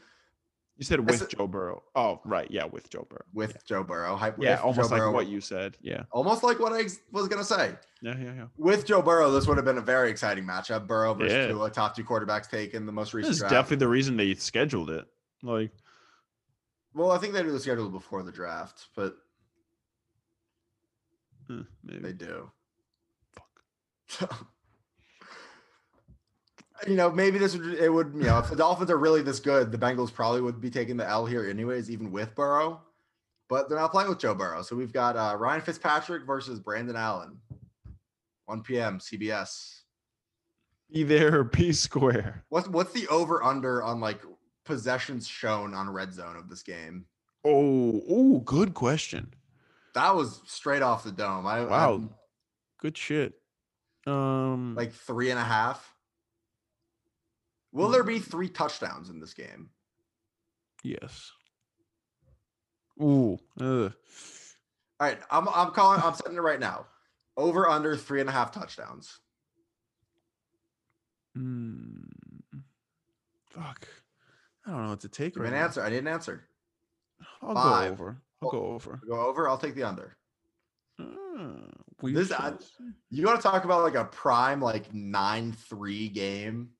said with
said-
Joe Burrow. Oh, right. Yeah, with Joe Burrow.
with Joe Burrow, hype.
Yeah,
with
almost
Joe
like
Burrow,
what you said. Yeah,
almost like what I ex- was gonna say.
yeah, yeah, yeah.
With Joe Burrow, this would have been a very exciting matchup. Burrow versus
Yeah.
Tua, top two quarterbacks taken the most
This
recent
is
draft.
definitely the reason they scheduled it. Like,
well, I think they do the schedule before the draft, but
eh,
they
maybe.
do.
Fuck.
you know, maybe this would it would you know if the Dolphins are really this good, the Bengals probably would be taking the L here anyways, even with Burrow. But they're not playing with Joe Burrow, so we've got uh, Ryan Fitzpatrick versus Brandon Allen, 1 p.m. CBS.
Be there or be square.
What's what's the over under on like possessions shown on red zone of this game?
Oh, oh, good question.
That was straight off the dome. I
Wow.
I'm-
Good shit. Um,
like three and a half.
Hmm.
Will there be three touchdowns in this game?
yes. Ooh, ugh.
All right, I'm I'm calling. I'm setting it right now. Over under three and a half touchdowns.
Mm. fuck. I don't know what to take
Give
right
me an
now.
answer. I need an answer.
I'll
Five.
go over. I'll
Oh.
go over.
Go over. I'll take the under.
Ah, we
This-
shall
I-
see.
You want to talk about like a prime like nine three game?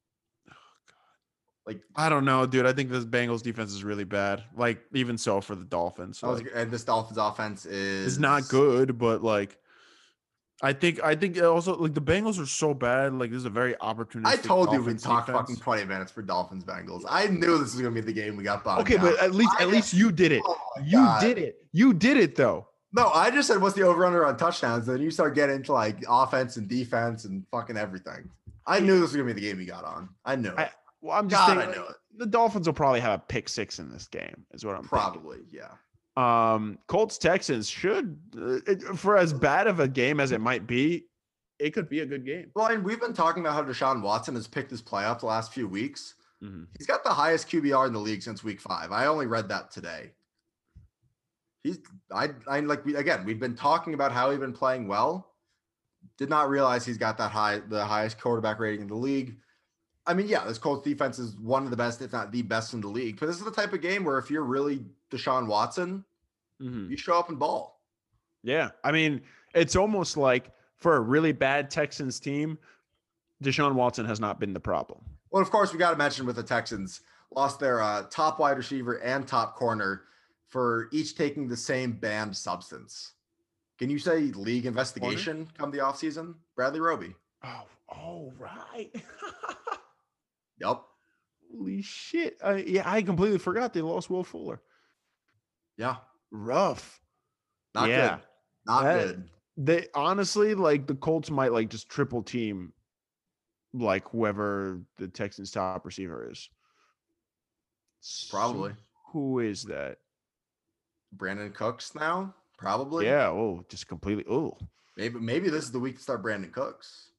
Like
I don't know, dude. I think this Bengals defense is really bad. Like even so for the Dolphins,
I was,
like,
and this Dolphins offense is
it's not good. But like, I think I think it also like the Bengals are so bad. Like this is a very opportunistic.
I told you we'd
Dolphins
talk
defense.
fucking twenty minutes for Dolphins Bengals. I knew this was gonna be the game we got bogged
Okay, but
down.
at least
I
at
know.
least you did it.
Oh my
You
God.
did it. You did it though.
No, I just said what's the over under on touchdowns. Then you start getting into like offense and defense and fucking everything. I knew this was gonna be the game you got on. I knew it.
I- Well, I'm just
God, I
saying
knew
like,
it.
the Dolphins will probably have a pick six in this game. Is what I'm probably.
Probably, yeah.
Um, Colts Texans should uh, it- for as bad of a game as it might be, it could be a good game.
Well, and we've been talking about how Deshaun Watson has picked his play up the last few weeks.
Mhm.
He's got the highest QBR in the league since week five. I only read that today. He's I I like we again we've been talking about how he's been playing well. Did not realize he's got that high the highest quarterback rating in the league. I mean, yeah, this Colts defense is one of the best, if not the best in the league. But this is the type of game where if you're really Deshaun Watson,
Mhm.
you show up and ball.
Yeah. I mean, it's almost like for a really bad Texans team, Deshaun Watson has not been the problem.
Well, of course, we got to mention with the Texans lost their uh, top wide receiver and top corner for each taking the same banned substance. Can you say league investigation come the offseason? Bradley Roby.
Oh, all right.
Yep.
Holy shit. I, yeah, I completely forgot they lost Will Fuller.
Yeah.
Rough.
Not
Yeah.
good. Not
That-
good.
They honestly, like, the Colts might like just triple team, like, whoever the Texans' top receiver is. So
Probably.
who is that?
Brandon Cooks now? Probably.
Yeah. Oh, just completely. Oh,
Maybe maybe this is the week to start Brandon Cooks.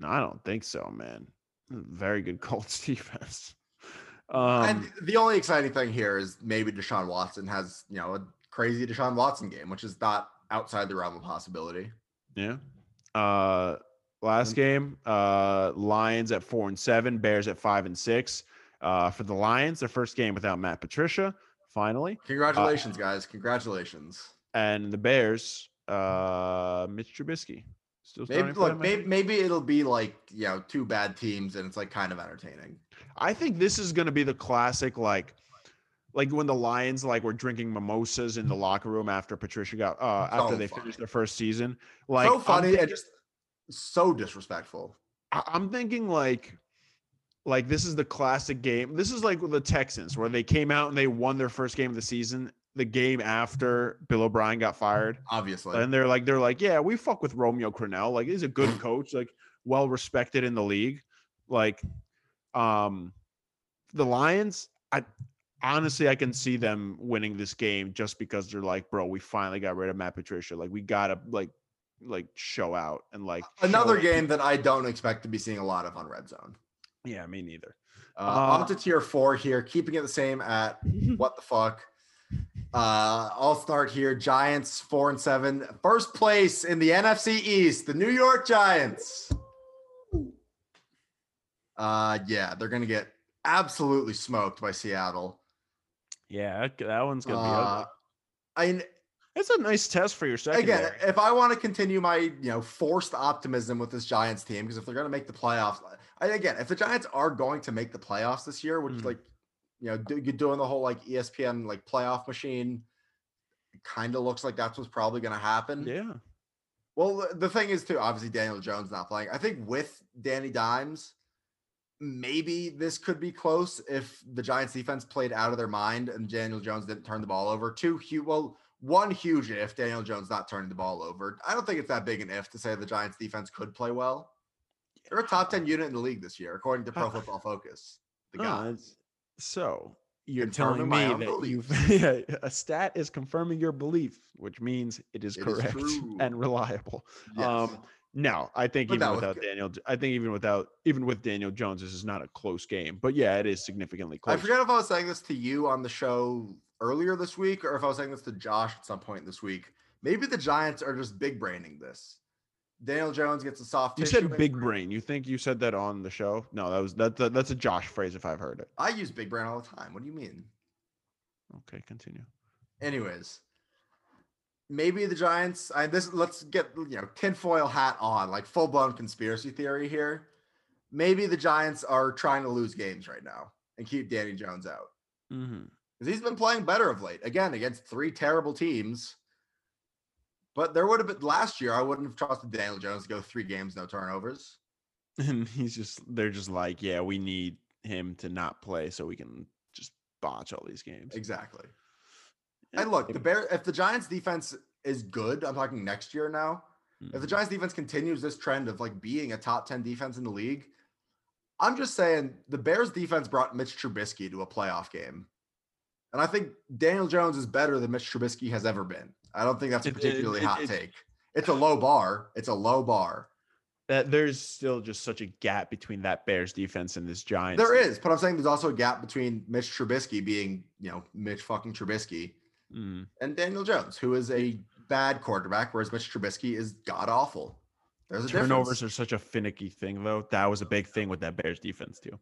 No, I don't think so, man. Very good Colts defense. Um,
and the only exciting thing here is maybe Deshaun Watson has, you know, a crazy Deshaun Watson game, which is not outside the realm of possibility.
yeah. Uh, last game, uh, Lions at four and seven, Bears at five and six. Uh, for the Lions, their first game without Matt Patricia, finally,
Congratulations, guys. Congratulations.
and the Bears, uh, Mitch Trubisky, still
Maybe
starting. for
look,
them, I
maybe,
think?
maybe it'll be like you know two bad teams, and it's like kind of entertaining.
I think this is going to be the classic, like, like when the Lions like were drinking mimosas in the locker room after Patricia got uh
Mm. So
after they
funny.
finished their first season. Like,
so
I'm
funny
thinking-
and just so disrespectful.
I- I'm thinking like like this is the classic game. This is like with the Texans where they came out and they won their first game of the season. The game after Bill O'Brien
Mm.
got fired,
Obviously,
and they're like, they're like, yeah, we fuck with Romeo Cornell. Like he's a good coach, like well respected in the league. Like, um, the Lions, I honestly I can see them winning this game just because they're like, bro, we finally got rid of Matt Patricia. Like we gotta like like show out and like
another
show-
game that I don't expect to be seeing a lot of on Red Zone.
Yeah, me neither.
Uh,
Uh,
on to tier four here, keeping it the same at what the fuck. Uh, I'll start here. Giants four and seven, first place in the NFC East. The New York Giants. Uh, yeah, they're gonna get absolutely smoked by Seattle.
Yeah, that- that one's gonna be.
Uh,
ugly.
I mean,
It's a nice test for your secondary.
again, if I want to continue my you know forced optimism with this Giants team, because if they're going to make the playoffs, I, again, if the Giants are going to make the playoffs this year, which
Mhm.
like you know do, you're doing the whole like E ESPN like playoff machine, kind of looks like that's what's probably going to happen.
yeah,
Well, the- the thing is too, obviously Daniel Jones not playing. I think with Danny Dimes, maybe this could be close if the Giants defense played out of their mind and Daniel Jones didn't turn the ball over. Two huge, well, one huge if Daniel Jones not turning the ball over. I don't think it's that big an if to say the Giants defense could play well. They're a top ten unit in the league this year, according to Pro
Uh,
Football Focus. The
Ah,
guys.
it's- so you're
Confirming
telling
my
me
own
that you've
belief.
yeah, a stat is confirming your belief, which means it is
It is
correct
true.
and reliable.
Yes.
Um, No, I think
But
even
no,
without
it-
Daniel, I think even without even with Daniel Jones, this is not a close game. But yeah, it is significantly
I
close.
forget if I was saying this to you on the show earlier this week or if I was saying this to Josh at some point this week. Maybe the Giants are just big braining this. Daniel Jones gets a soft
You
tissue.
said big brain. You think you said that on the show? No, that was that's a, that's a Josh phrase if I've heard it.
I use big brain all the time. What do you mean?
Okay, continue.
Anyways, maybe the Giants. I this let's get you know tinfoil hat on, like full blown conspiracy theory here. Maybe the Giants are trying to lose games right now and keep Danny Jones out
Mm-hmm.
because he's been playing better of late. Again, against three terrible teams. But there would have been last year. I wouldn't have trusted Daniel Jones to go three games no turnovers.
And he's just they're just like, yeah, we need him to not play so we can just botch all these games.
Exactly.
Yeah,
And look, the
maybe.
Bear if the Giants defense is good, I'm talking next year now. If the
Mhm.
Giants defense continues this trend of like being a top 10 defense in the league, I'm just saying the Bears defense brought Mitch Trubisky to a playoff game. And I think Daniel Jones is better than Mitch Trubisky has ever been. I don't think that's a
It- it-
particularly
it-
hot
it-
take. It's a low bar. It's a low bar.
that there's still just such a gap between that Bears defense and this Giants.
There
defense.
is, but I'm saying there's also a gap between Mitch Trubisky being, you know, Mitch fucking Trubisky
Mm.
and Daniel Jones, who is a bad quarterback, whereas Mitch Trubisky is god awful. There's a
Turnovers
difference.
are such a finicky thing, though. That was a big thing with that Bears defense too.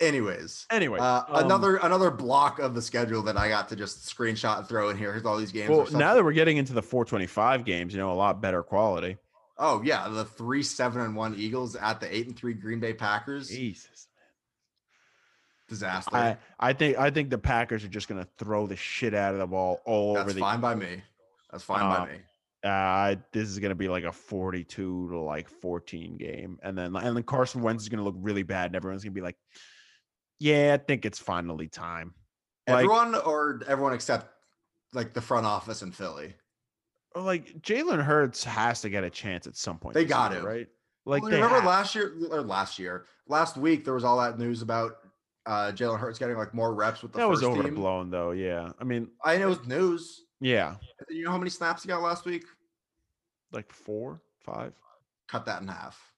Anyways,
Anyway,
Uh,
um,
another another block of the schedule that I got to just screenshot and throw in here. Here's all these games.
Well,
or
now
something.
that we're getting into the 425 games, you know, a lot better quality.
oh yeah, the three seven and one Eagles at the eight and three Green Bay Packers.
Jesus.
Disaster.
I, I think I think the Packers are just gonna throw the shit out of the ball all
That's
over the.
fine by me. That's fine
Uh,
by me.
Uh, I, this is gonna be like a 42 to like 14 game, and then and then Carson Wentz is gonna look really bad, and everyone's gonna be like, "Yeah, I think it's finally time." Like,
everyone or everyone except like the front office in Philly.
or like Jalen Hurts has to get a chance at some point.
They
this
got
year,
to.
right. Like
Well,
they
remember
have-
last year or last year, last week there was all that news about uh Jalen Hurts getting like more reps with the
that was
first team.
overblown though. Yeah, I mean,
I know it's news.
yeah,
You know how many snaps he got last week?
like four, five,
Cut that in half.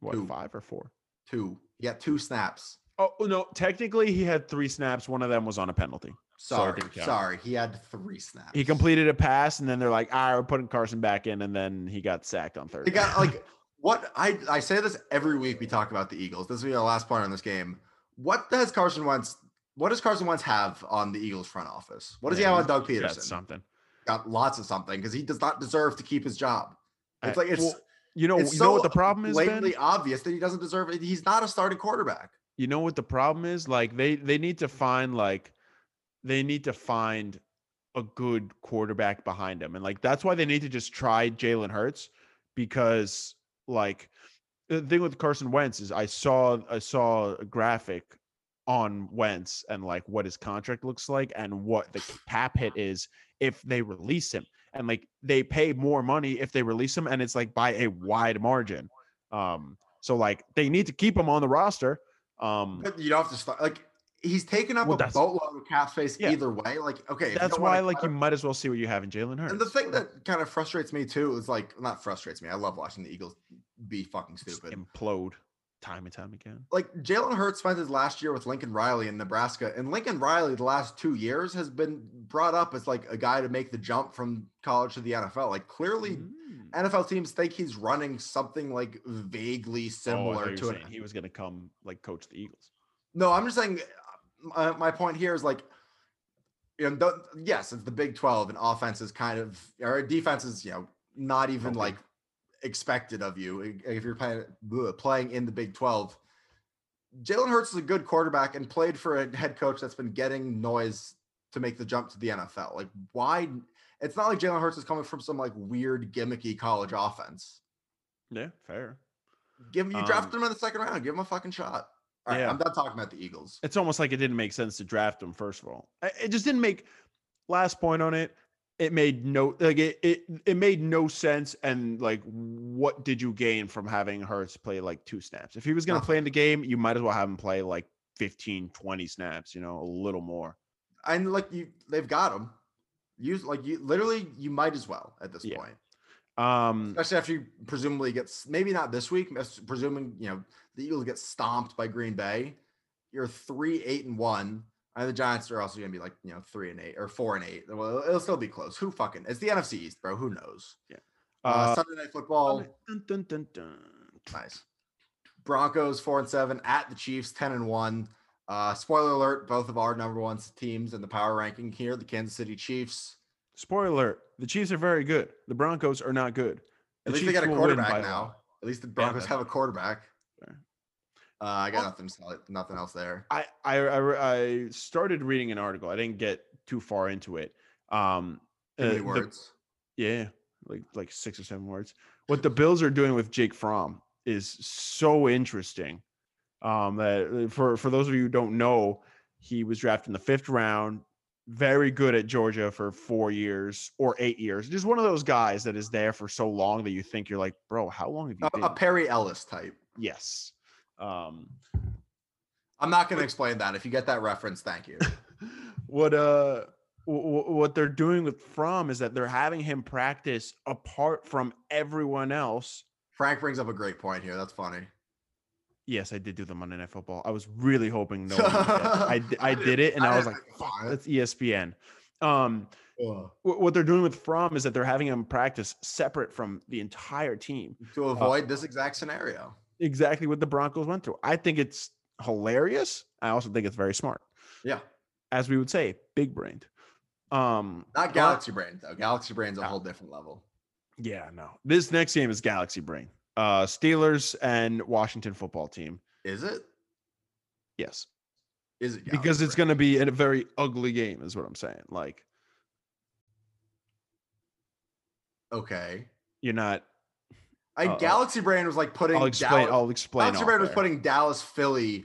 what,
Two.
five or four?
Two. He got two snaps.
Oh no, technically he had three snaps. One of them was on a penalty. So it
Sorry,
didn't count.
sorry. He had three snaps.
He completed a pass, and then they're like, "All right, we're putting Carson back in," and then he got sacked on third.
He got
down.
like what I I say this every week. We talk about the Eagles. This will be our last part on this game. What does Carson Wentz? What does Carson Wentz have on the Eagles front office? What does
Yeah,
he have on Doug
He got
Peterson?
something.
Got lots of something because he does not deserve to keep his job. It's
I-
like it's,
well, you know,
it's
you
so
know what the problem is. Ben?
blatantly obvious that he doesn't deserve it. He's not a starting quarterback.
you know what the problem is like they they need to find like they need to find a good quarterback behind him and like that's why they need to just try Jalen Hurts because like the thing with Carson Wentz is I saw I saw a graphic on Wentz and like what his contract looks like and what the cap hit is if they release him and like they pay more money if they release him and it's like by a wide margin um so like they need to keep him on the roster um
But you don't have to start like he's taken up
Well,
a
that's-
boatload of cap space
Yeah.
either way. Like okay, if you
that's
don't wanna
why
cut
like
him-
you might as well see what you have in Jalen Hurts.
And the thing that kind of frustrates me too is like not frustrates me. I love watching the Eagles be fucking
Just
stupid.
implode time and time again.
Like Jalen Hurts spent his last year with Lincoln Riley in Nebraska, and Lincoln Riley the last two years has been brought up as like a guy to make the jump from college to the NFL. Like clearly,
Mm.
NFL teams think he's running something like vaguely
Oh, I thought
similar
you were
to an
saying he was going to come like coach the Eagles.
No, I'm just saying. uh, My, my point here is like, you know, the, yes, it's the Big Twelve, and offense is kind of or defense is you know not even
Okay.
like expected of you i- if you're playing bleh, playing in the Big Twelve. Jalen Hurts is a good quarterback and played for a head coach that's been getting noise to make the jump to the NFL. Like, why? It's not like Jalen Hurts is coming from some like weird gimmicky college offense.
Yeah, fair.
Give him you drafted
Um,
him in the second round. Give him a fucking shot. All right,
Yeah.
I'm done talking about the Eagles.
It's almost like it didn't make sense to draft him. First of all, I- it just didn't make. Last point on it. It made no like it, it it made no sense and like what did you gain from having Hurts play like two snaps? If he was going to
Nothing.
play in the game, you might as well have him play like 15 20 snaps, you know, a little more.
and like you they've got him use like you literally you might as well at this
Yeah.
point
Um,
Especially after you presumably get s- maybe not this week, mas- presuming you know the Eagles get stomped by Green Bay. You're three, eight, and one. And the Giants are also gonna be like, you know, three and eight or four and eight. Well, it'll still be close. Who fucking it's the NFC East, bro. Who knows? Uh,
uh,
Sunday night football.
dun, dun, dun, dun.
Nice. Broncos four and seven at the Chiefs ten and one. Uh, spoiler alert: both of our number one teams in the power ranking here, the Kansas City Chiefs.
Spoiler alert: the Chiefs are very good. The Broncos are not good.
At
The
least they
Chiefs
got a
will win by
quarterback
a
now.
lot.
At least the Broncos
that's
have a quarterback. Uh,
Fair.
I got
Well-
nothing solid, nothing else there.
I, I I I started reading an article. I didn't get too far into it. Um,
Too many
uh, the-
words.
yeah, like like six or seven words. What the Bills are doing with Jake Fromm is so interesting. Um, that for for those of you who don't know, he was drafted in the fifth round. Very good at Georgia for four years or eight years. Just one of those guys that is there for so long that you think you're like, bro, how long have you
A-
been?
a Perry Ellis type.
yes. Um,
I'm not going to explain that. If you get that reference, thank you.
what uh w- w- what they're doing with Fromm is that they're having him practice apart from everyone else.
Frank brings up a great point here. That's funny.
Yes, I did do the Monday Night Football. I was really hoping no. One would get it. I d- I did it, and I, was like,
didn't think about it.
"That's E ESPN." Um,
Ugh.
wh- what they're doing with Fromm is that they're having him practice separate from the entire team.
to avoid this exact scenario.
Exactly what the Broncos went through. I think it's hilarious. I also think it's very smart,
Yeah,
as we would say, big brained. Um,
not
but-
Galaxy Brain though. Galaxy Brain's a
No.
whole different level.
Yeah, no. This next game is Galaxy Brain. Uh Steelers and Washington football team.
Is it?
Yes.
Is it?
because it's
Galaxy
going to be a very ugly game is what I'm saying. Like
Brain? okay.
you're not
I
Uh-oh.
Galaxy Brain was like putting
I'll explain
Dallas,
I'll explain.
Galaxy
off
Brain was
air.
putting Dallas Philly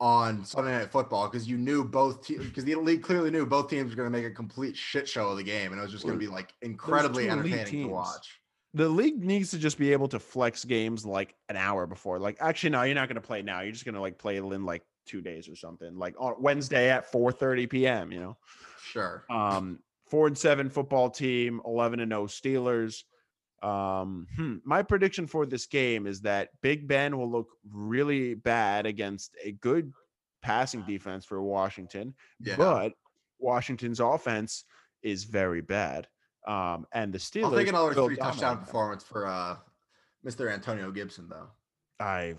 on Sunday Night Football because you knew both teams because the league clearly knew both teams were going to make a complete shit show of the game and it was just going
Well,
to be like incredibly
two elite
entertaining to
teams.
watch.
the league needs to just be able to flex games like an hour before. Like actually no, you're not going to play now. You're just going to like play it in like 2 days or something. Like on Wednesday at 4:30 p.m., you know.
Sure.
Um, four and seven football team, eleven and zero Steelers. Um, hmm, my prediction for this game is that Big Ben will look really bad against a good passing defense for Washington,
Yeah.
but Washington's offense is very bad. Um, and the Steelers.
I'll take another
will
three touchdown
dominate them.
performance for uh, Mr. Antonio Gibson though.
I.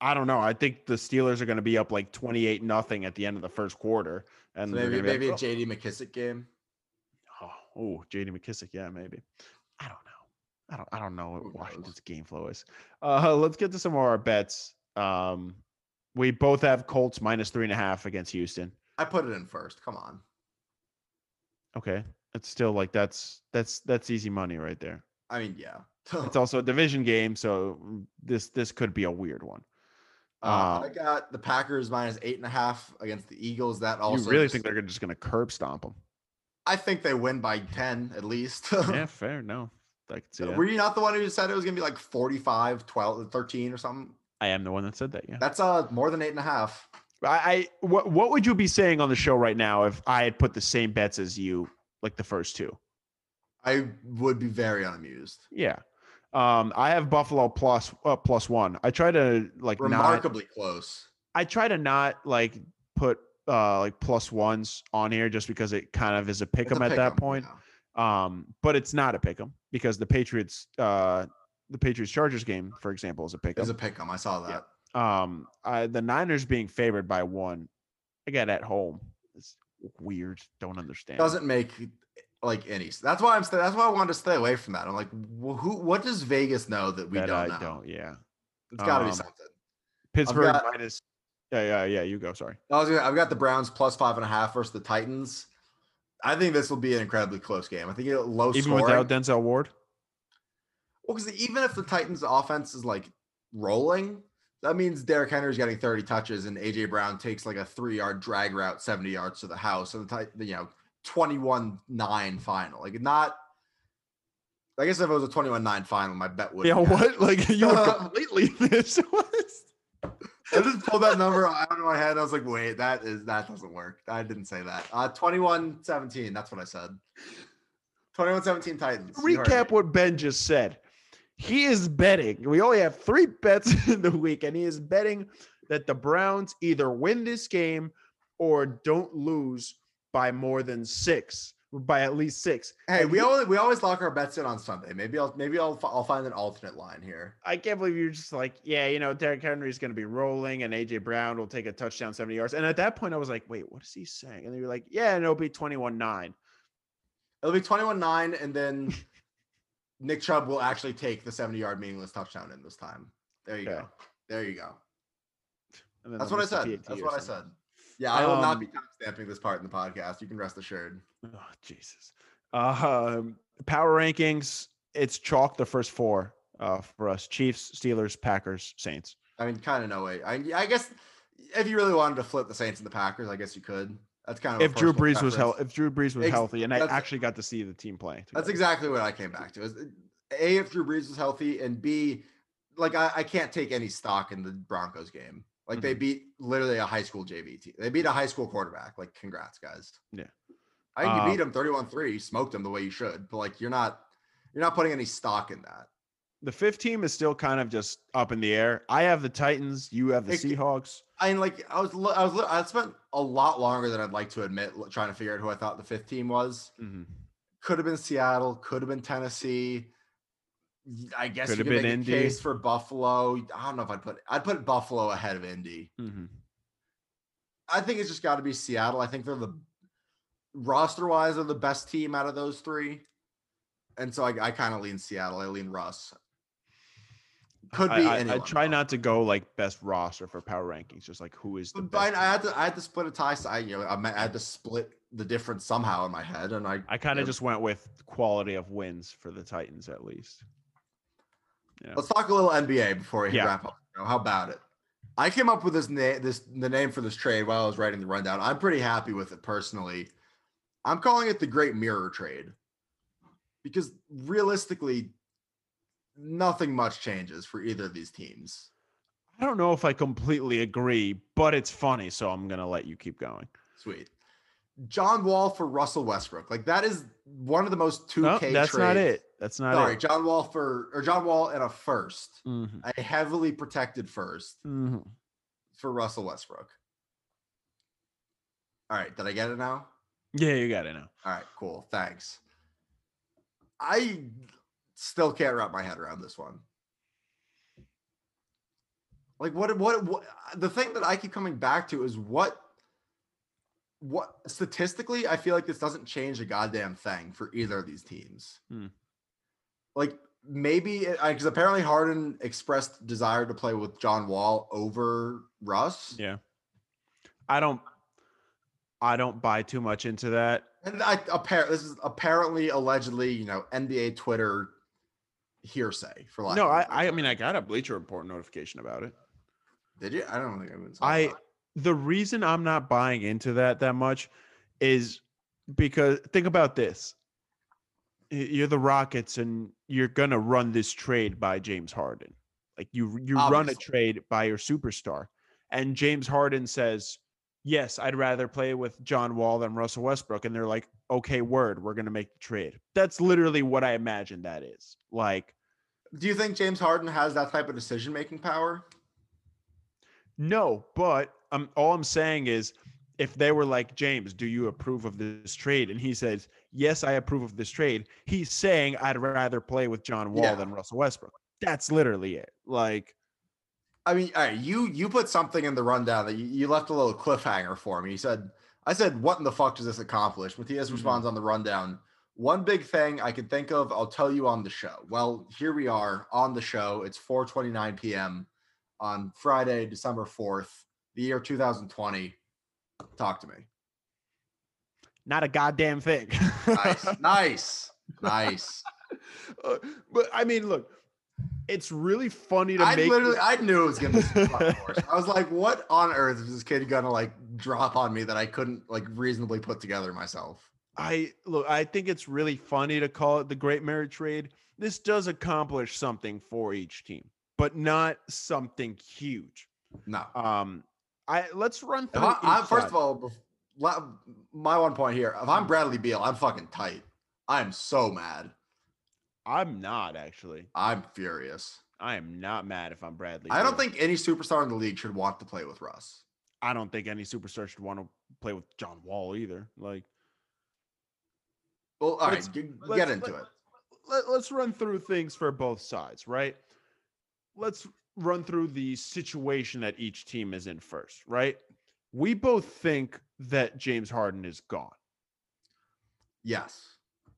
I don't know. I think the Steelers are going to be up like twenty-eight nothing at the end of the first quarter, and
So
they're
maybe
gonna be like,
maybe
"Oh,
a JD McKissick game.
Oh, oh, J.D. McKissick. Yeah, maybe. I don't know. I don't. I don't know
Who
what
knows?
Washington's game flow is. Uh, let's get to some of our bets. Um, we both have Colts minus three and a half against Houston.
I put it in first. Come on.
Okay, it's still like that's that's that's easy money right there.
I mean, yeah. Uh,
It's also a division game, so this this could be a weird one.
Uh,
Uh,
I got the Packers minus eight and a half against the Eagles. That also,
you really
just-
think they're just going to curb stomp them?
I think they win by ten at least.
yeah, fair. No, I could see
Were
that.
you not the one who said it was gonna be like 45, 12, 13 or something?
I am the one that said that. Yeah.
That's uh more than eight and a half.
I, I what what would you be saying on the show right now if I had put the same bets as you, like the first two?
I would be very unamused.
Yeah. Um, I have Buffalo plus uh, plus one. I try to like not.
Remarkably close.
I try to not like put uh like plus ones on here just because it kind of is a pick
It's a
'em at
pick'em,
that point.
yeah.
Um, but it's not a pick 'em because the Patriots uh the Patriots Chargers game, for example, is a pick 'em.
It's a pick 'em. I saw that.
Um, I, the Niners being favored by one, again at home. It's weird. Don't understand.
Doesn't make like any. That's why I'm. sta- That's why I wanted to stay away from that. I'm like, wh- who? What does Vegas know that we
that
don't
I
know?
don't. Yeah,
It's got to be
Um,
something.
Pittsburgh
got-
minus. Yeah, yeah, yeah. You go. Sorry.
I was gonna, I've got the Browns plus five and a half versus the Titans. I think this will be an incredibly close game. I think it'll low
Even
scoring.
without Denzel Ward.
well, because even if the Titans' offense is like rolling, that means Derrick Henry's getting 30 touches and AJ Brown takes like a three-yard drag route, 70 yards to the house, and the Tit- you know 21-9 final. Like not. I guess if it was a 21-9 final, my bet would.
Yeah,
be
what?
accurate.
Like you were completely this was
I just pulled that number out of my head. I was like, wait, that is that doesn't work. I didn't say that. Uh 21 17. That's what I said. 21 17 Titans.
To
You heard
recap
me.
what Ben just said. He is betting. We only have three bets in the week, and he is betting that the Browns either win this game or don't lose by more than six, by at least six.
Hey,
And
we
he-
always we always lock our bets in on Sunday. Maybe I'll maybe I'll fi- I'll find an alternate line here.
I can't believe you're just like, yeah, you know, Derrick Henry's going to be rolling and AJ Brown will take a touchdown 70 yards. And at that point, I was like, wait, what is he saying? And they were like, yeah, and it'll be 21 9.
It'll be 21 9, and then Nick Chubb will actually take the 70 yard meaningless touchdown in this time. There you
Okay.
go. There you go. That's what I said. That's what I said. Yeah, I will
Um,
not be timestamping this part in the podcast. You can rest assured.
Oh, Jesus. Um, power rankings, it's chalk the first four uh, for us Chiefs, Steelers, Packers, Saints.
I mean, kind of no way. I I guess if you really wanted to flip the Saints and the Packers, I guess you could. That's kind of a
If Drew
personal
Brees was
preference.
healthy, if Drew Brees was
Ex-
healthy, and I
that's-
actually got to see the team play.
That's
together.
exactly what I came back to. Is uh, A, if Drew Brees was healthy, and B, like I, I can't take any stock in the Broncos game. Like
Mm-hmm.
they beat literally a high school JV team. They beat a high school quarterback. Like, congrats, guys.
Yeah.
I think you beat
Um,
them 31-3. You smoked them the way you should, but like you're not you're not putting any stock in that.
The fifth team is still kind of just up in the air. I have the Titans, you have the
It-
Seahawks.
I mean, like I was li- I was li- I spent a lot longer than I'd like to admit li- trying to figure out who I thought the fifth team was.
Mhm.
Could have been Seattle, could have been Tennessee. Y- I guess
Could
you
have
could make
been
a
Indy.
case for Buffalo. I don't know if I'd put I'd put Buffalo ahead of Indy.
Mhm.
I think it's just got to be Seattle. I think they're the roster wise are the best team out of those three, and so I, I kind of lean Seattle. I lean Russ. Could
I,
be.
I- I
anyone,
try
though.
not to go like best roster for power rankings, just like who is the
But
best.
I had to I had to split a tie. So I you know I ma- I had to split the difference somehow in my head, and I
I kind of
Yeah.
just went with quality of wins for the Titans at least.
let's talk a little NBA before we
Yeah.
wrap up. You know, how about it? I came up with this name this the name for this trade while I was writing the rundown. I'm pretty happy with it personally. I'm calling it the Great Mirror Trade because realistically, nothing much changes for either of these teams.
I don't know if I completely agree, but it's funny, so I'm gonna let you keep going.
Sweet. John Wall for Russell Westbrook. Like that is one of the most 2K
No, that's not
trades.
it. That's not
Sorry,
it.
John Wall for or John Wall and a first,
Mhm,
a heavily protected first
mhm.
for Russell Westbrook. All right, did I get it now?
Yeah, you got it now.
All right, cool. Thanks. I still can't wrap my head around this one. Like what what what the thing that I keep coming back to is what what statistically I feel like this doesn't change a goddamn thing for either of these teams.
Hmm.
Like maybe because apparently Harden expressed desire to play with John Wall over Russ.
Yeah, I don't, I don't buy too much into that.
And I apparently this is apparently allegedly, you know, NBA Twitter hearsay for like.
No, I, I mean, I got a Bleacher Report notification about it.
did you? I don't think I even saw
I
that.
the reason I'm not buying into that that much is because think about this. Y- You're the Rockets and you're going to run this trade by James Harden. Like you you run a
Obviously.
trade by your superstar and James Harden says, "Yes, I'd rather play with John Wall than Russell Westbrook." And they're like, "Okay, word, we're going to make the trade." That's literally what I imagine that is. Like
Do you think James Harden has that type of decision making power?
No, but um, all I'm saying is if they were like, James, do you approve of this trade? And he says, Yes, I approve of this trade. He's saying, I'd rather play with John Wall
Yeah.
than Russell Westbrook. That's literally it. Like,
I mean, all right, you you put something in the rundown that you, you left a little cliffhanger for me. You said, I said, what in the fuck does this accomplish? Matthias
Mhm.
responds on the rundown. One big thing I can think of, I'll tell you on the show. Well, here we are on the show. It's 4:29 p.m. on Friday, December 4th, the year 2020. Talk to me.
not a goddamn thing.
Nice, nice, nice.
Uh, but I mean, look, it's really funny to
I
make.
literally,
this-
I knew it was gonna. Be some fucking horse. I was like, what on earth is this kid gonna like drop on me that I couldn't like reasonably put together myself?
I look, I think it's really funny to call it the great marriage trade. This does accomplish something for each team, but not something huge.
No.
Um, I let's run
If
through.
I,
each
I, first
side. Hmm.
of all, bef- la- my one point here: if I'm Bradley Beal, I'm fucking tight. I'm so mad.
I'm not actually.
I'm furious.
I am not mad if I'm Bradley.
I don't
Beal.
think any superstar in the league should want to play with Russ.
I don't think any superstar should want to play with John Wall either. Like,
Well, all right,
Let's-
g-
let's-
get into
let-
it.
Let, let's run through things for both sides, right? Let's run through the situation that each team is in first, right? We both think that James Harden is gone.
Yes.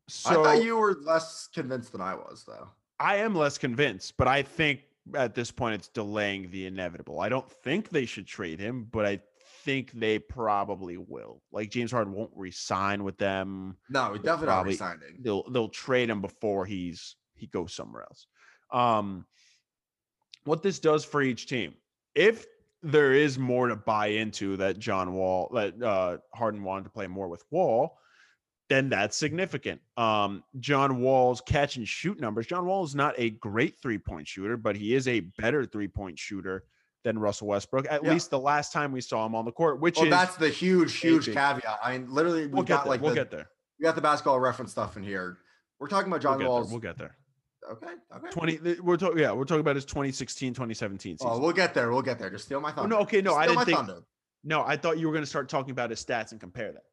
So
I thought you were less convinced than I was, though.
I am less convinced, but I think at this point it's delaying the inevitable. I don't think they should trade him, but I think they probably will. Like James Harden won't resign with them.
No, we definitely not
probably-
resigning.
They'll they'll trade him before he's he goes somewhere else. Um what this does for each team. If there is more to buy into that John Wall that uh Harden wanted to play more with Wall, then that's significant. Um, John Wall's catch and shoot numbers. John Wall is not a great three point shooter, but he is a better three point shooter than Russell Westbrook. At
Yeah.
least the last time we saw him on the court, which
Well,
is
that's the huge, huge
Maybe.
caveat. I mean, literally, we
we'll get
got
there.
like
we'll
the,
get there.
we got the basketball reference stuff in here. We're talking about John
we'll get
Wall's.
there. We'll get there.
okay, okay.
20 th- we're talking yeah we're talking about his 2016 2017 season
Oh, we'll get there. We'll get there. Just steal my
Oh,
thunder.
no okay no
Just
i
steal
didn't
my
think
thunder.
no i thought you were going to start talking about his stats and compare that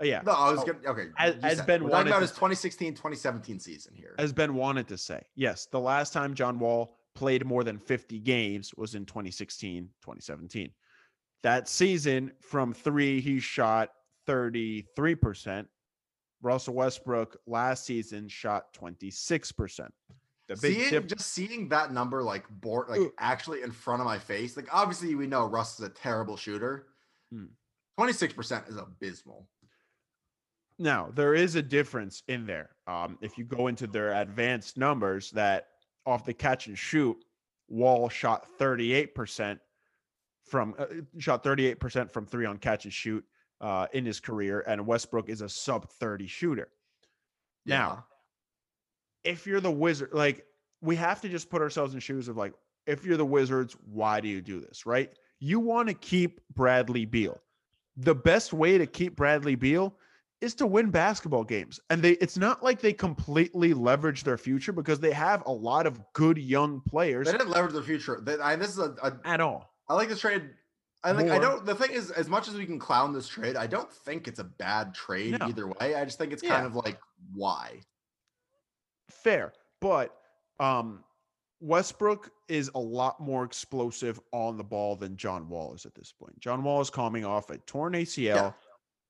oh yeah
No, I was
Oh,
gonna. Okay,
as-
you
as
said it.
Ben
we're
wanted
talking about
to
his
say.
2016, 2017 season here.
as ben wanted to say yes the last time john wall played more than 50 games was in 2016 2017 that season from three he shot 33% russell westbrook last season shot 26% the big
seeing
diff-
just seeing that number like board like
Ooh.
actually in front of my face. Like obviously we know Russ is a terrible shooter.
Hmm.
Twenty six percent is abysmal.
Now, there is a difference in there. Um, if you go into their advanced numbers, that off the catch and shoot, Wall shot 38% from uh, shot 38% from three on catch and shoot uh, in his career, and Westbrook is a sub 30 shooter. Now, If you're the Wizard, like we have to just put ourselves in shoes of like, if you're the Wizards, why do you do this, right? You want to keep Bradley Beal. The best way to keep Bradley Beal is to win basketball games. And they it's not like they completely leverage their future because they have a lot of good young
Yeah.
players
they didn't leverage the future. They, I, this is a, a
at all.
I like this trade. I like. I
More.
don't. The thing is, as much as we can clown this trade, I don't think it's a bad trade
No.
either way. I just think it's
Yeah.
kind of like why.
fair, but um, Westbrook is a lot more explosive on the ball than John Wall is at this point. John Wall is coming off a torn ACL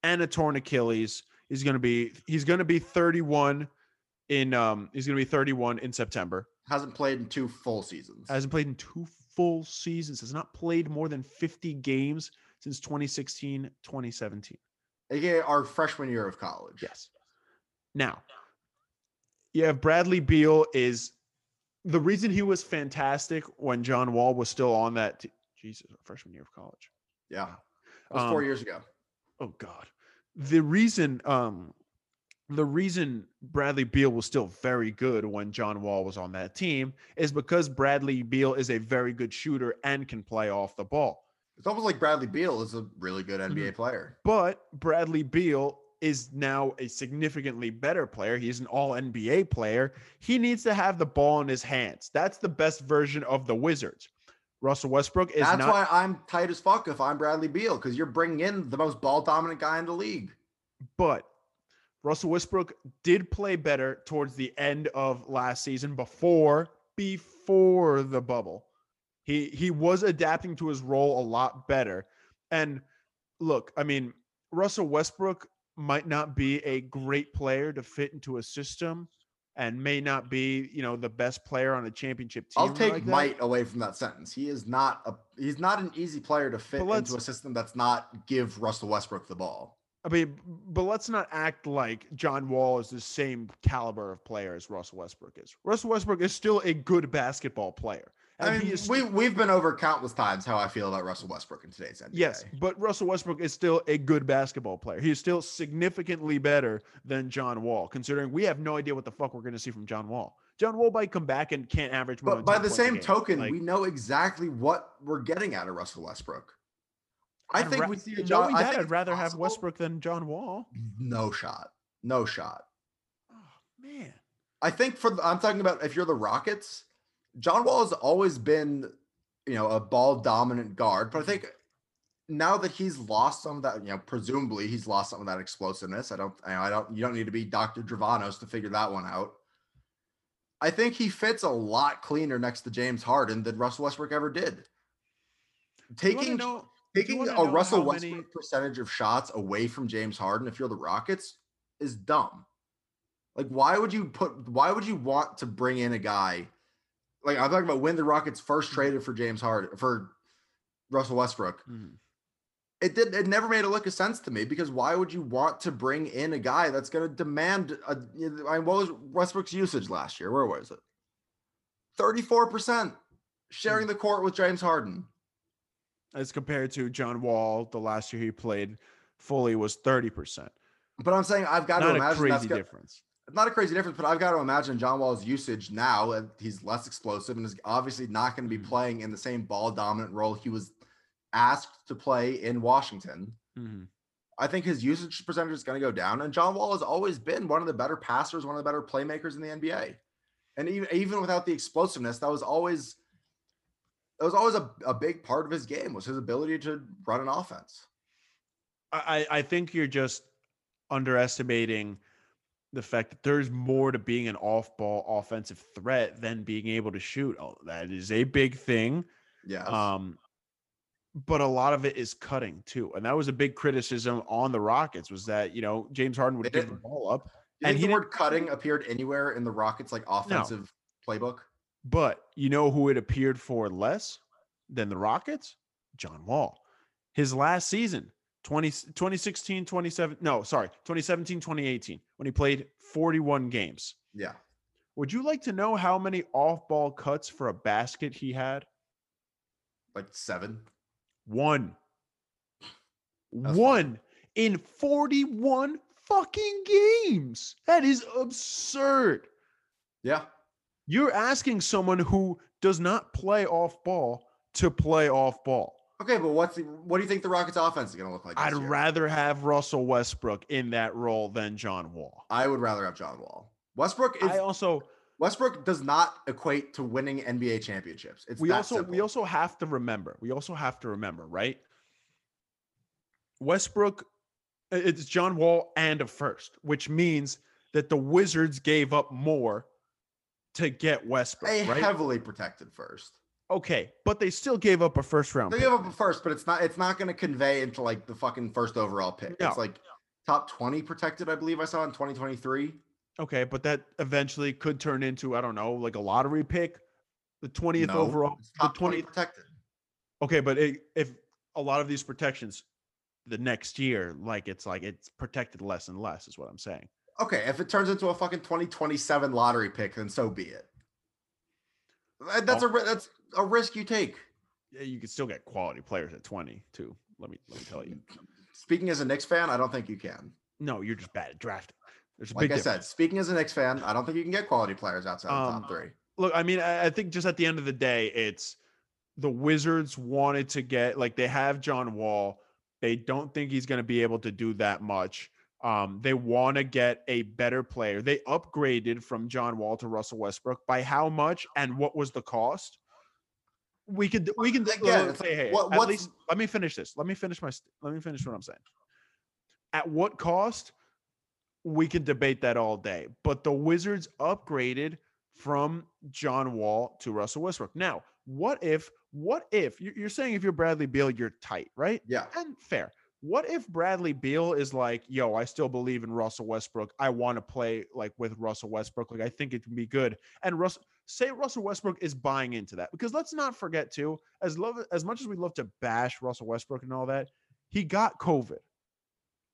and a torn Achilles. He's going to be he's going to be 31 in um he's going to be 31 in September.
Hasn't played in two full seasons.
Hasn't played in two full seasons. Has not played more than 50 games since 2016, 2017.
AKA our freshman year of college.
Yes. Now, you have Bradley Beal is the reason he was fantastic when John Wall was still on that. T- Jesus, our freshman year of college.
Yeah. That was four
Um,
years ago.
Oh God. The reason, um, the reason Bradley Beal was still very good when John Wall was on that team is because Bradley Beal is a very good shooter and can play off the ball.
It's almost like Bradley Beal is a really
Mm-hmm.
good NBA player.
But Bradley Beal is now a significantly better player. He's an all NBA player. He needs to have the ball in his hands. That's the best version of the Wizards. Russell Westbrook is
That's
not
why I'm tight as fuck if I'm Bradley Beal because you're bringing in the most ball dominant guy in the league.
but Russell Westbrook did play better towards the end of last season before before the bubble. He he was adapting to his role a lot better. And look, I mean, Russell Westbrook might not be a great player to fit into a system and may not be, you know, the best player on a championship team.
I'll
or
take
like that.
might away from that sentence. He is not a he's not an easy player to fit
let's-
into a system that's not give Russell Westbrook the ball.
I mean, but let's not act like John Wall is the same caliber of player as Russell Westbrook is. Russell Westbrook is still a good basketball player.
I
And
mean,
he is,
we we've been over countless times how I feel about Russell Westbrook in today's NBA.
yes, but Russell Westbrook is still a good basketball player. He is still significantly better than John Wall, considering we have no idea what the fuck we're going to see from John Wall. John Wall might come back and can't average more. than
But by
10
the
points a
same
game.
token,
Like,
we know exactly what we're getting out of Russell Westbrook. I
I'd
think
ra-
we see a
knowing
job.
that,
I think
I'd
it's
rather have
possible.
Westbrook than John Wall.
No shot. No shot.
Oh Man,
I think for the, I'm talking about if you're the Rockets, John Wall has always been, you know, a ball dominant guard, but I think now that he's lost some of that, you know, presumably he's lost some of that explosiveness. I don't, I don't, you don't need to be Dr. Dravanos to figure that one out. I think he fits a lot cleaner next to James Harden than Russell Westbrook ever did.
you wanna
Taking
know-
taking
wanna
a
know
Russell
how
Westbrook
many-
percentage of shots away from James Harden if you're the Rockets is dumb. Like, why would you put? Why would you want to bring in a guy? Like, I'm talking about when the Rockets first
Mm-hmm.
traded for James Harden for Russell Westbrook.
Mhm.
It did. It never made a lick of sense to me because why would you want to bring in a guy that's going to demand a? I mean, what was Westbrook's usage last year? Where was it? Thirty-four percent
Mm.
sharing the court with James Harden.
as compared to John Wall, the last year he played fully was thirty percent.
But I'm saying I've got to
Not a
imagine that's
crazy
go-
difference.
not a crazy difference, but I've got to imagine John Wall's usage now. uh, He's less explosive and is obviously not going to be
Mhm.
playing in the same ball dominant role he was asked to play in Washington.
Mhm.
I think his usage percentage is going to go down. And John Wall has always been one of the better passers, one of the better playmakers in the NBA. And even even without the explosiveness, that was always that was always a, a big part of his game was his ability to run an offense.
I, I I think you're just underestimating the fact that there's more to being an off-ball offensive threat than being able to shoot. Oh, that is a big thing.
Yeah.
Um, but a lot of it is cutting too, and that was a big criticism on the Rockets was that you know James Harden would
It
give the
didn't-
ball up,
Do you
and
think
he
the
didn't-
word cutting appeared anywhere in the Rockets like offensive playbook?
but you know who it appeared for less than the Rockets? John Wall. His last season, 20, 2016, 27, no, sorry, 2017, 2018, when he played 41 games.
Yeah.
Would you like to know how many off ball cuts for a basket he had?
like seven.
One.
That's fine.
One in 41 fucking games. That is absurd.
Yeah.
You're asking someone who does not play off ball to play off ball.
Okay, but what's the, what do you think the Rockets' offense is going to look like?
I'd
this year?
rather have Russell Westbrook in that role than John Wall.
I would rather have John Wall. Westbrook is
I also
Westbrook does not equate to winning NBA championships. It's
we
that
also we
simple.
also have to remember. We also have to remember, right? Westbrook i- it's John Wall and a first, which means that the Wizards gave up more to get
a
Westbrook, right?
heavily protected first.
okay, but they still gave up a first round
They
pick.
give up a first, but it's not it's not going to convey into like the fucking first overall pick.
No.
It's like top twenty protected, I believe I saw in 2023.
Okay, but that eventually could turn into I don't know, like a lottery pick, the 20th
No,
overall,
it's
the
top 20
20th
protected.
Okay, but it, if a lot of these protections the next year, like it's like it's protected less and less, is what I'm saying.
Okay, if it turns into a fucking 2027 lottery pick, then so be it. That- That's a ri- that's a risk you take.
Yeah, you can still get quality players at 20 too. Let me let me tell you.
Speaking as a Knicks fan, I don't think you can.
No, you're just bad at drafting. There's a
Like
big
I
difference.
said, speaking as a Knicks fan, I don't think you can get quality players outside the
Um,
top three.
Look, I mean, I, I think just at the end of the day, it's the Wizards wanted to get like they have John Wall. They don't think he's going to be able to do that much. Um, they want to get a better player. They upgraded from John Wall to Russell Westbrook by how much and what was the cost? We could we can uh,
Again, it's
hey, hey,
what-
at
what's-
least let me finish this. Let me finish my st- let me finish what I'm saying. At what cost? We could debate that all day. But the Wizards upgraded from John Wall to Russell Westbrook. Now, what if what if you- you're saying if you're Bradley Beal, you're tight, right?
Yeah,
And fair. What if Bradley Beal is like, yo, I still believe in Russell Westbrook. I want to play like with Russell Westbrook. Like I think it can be good. And Russell say Russell Westbrook is buying into that because let's not forget too, as love as much as we love to bash Russell Westbrook and all that, he got COVID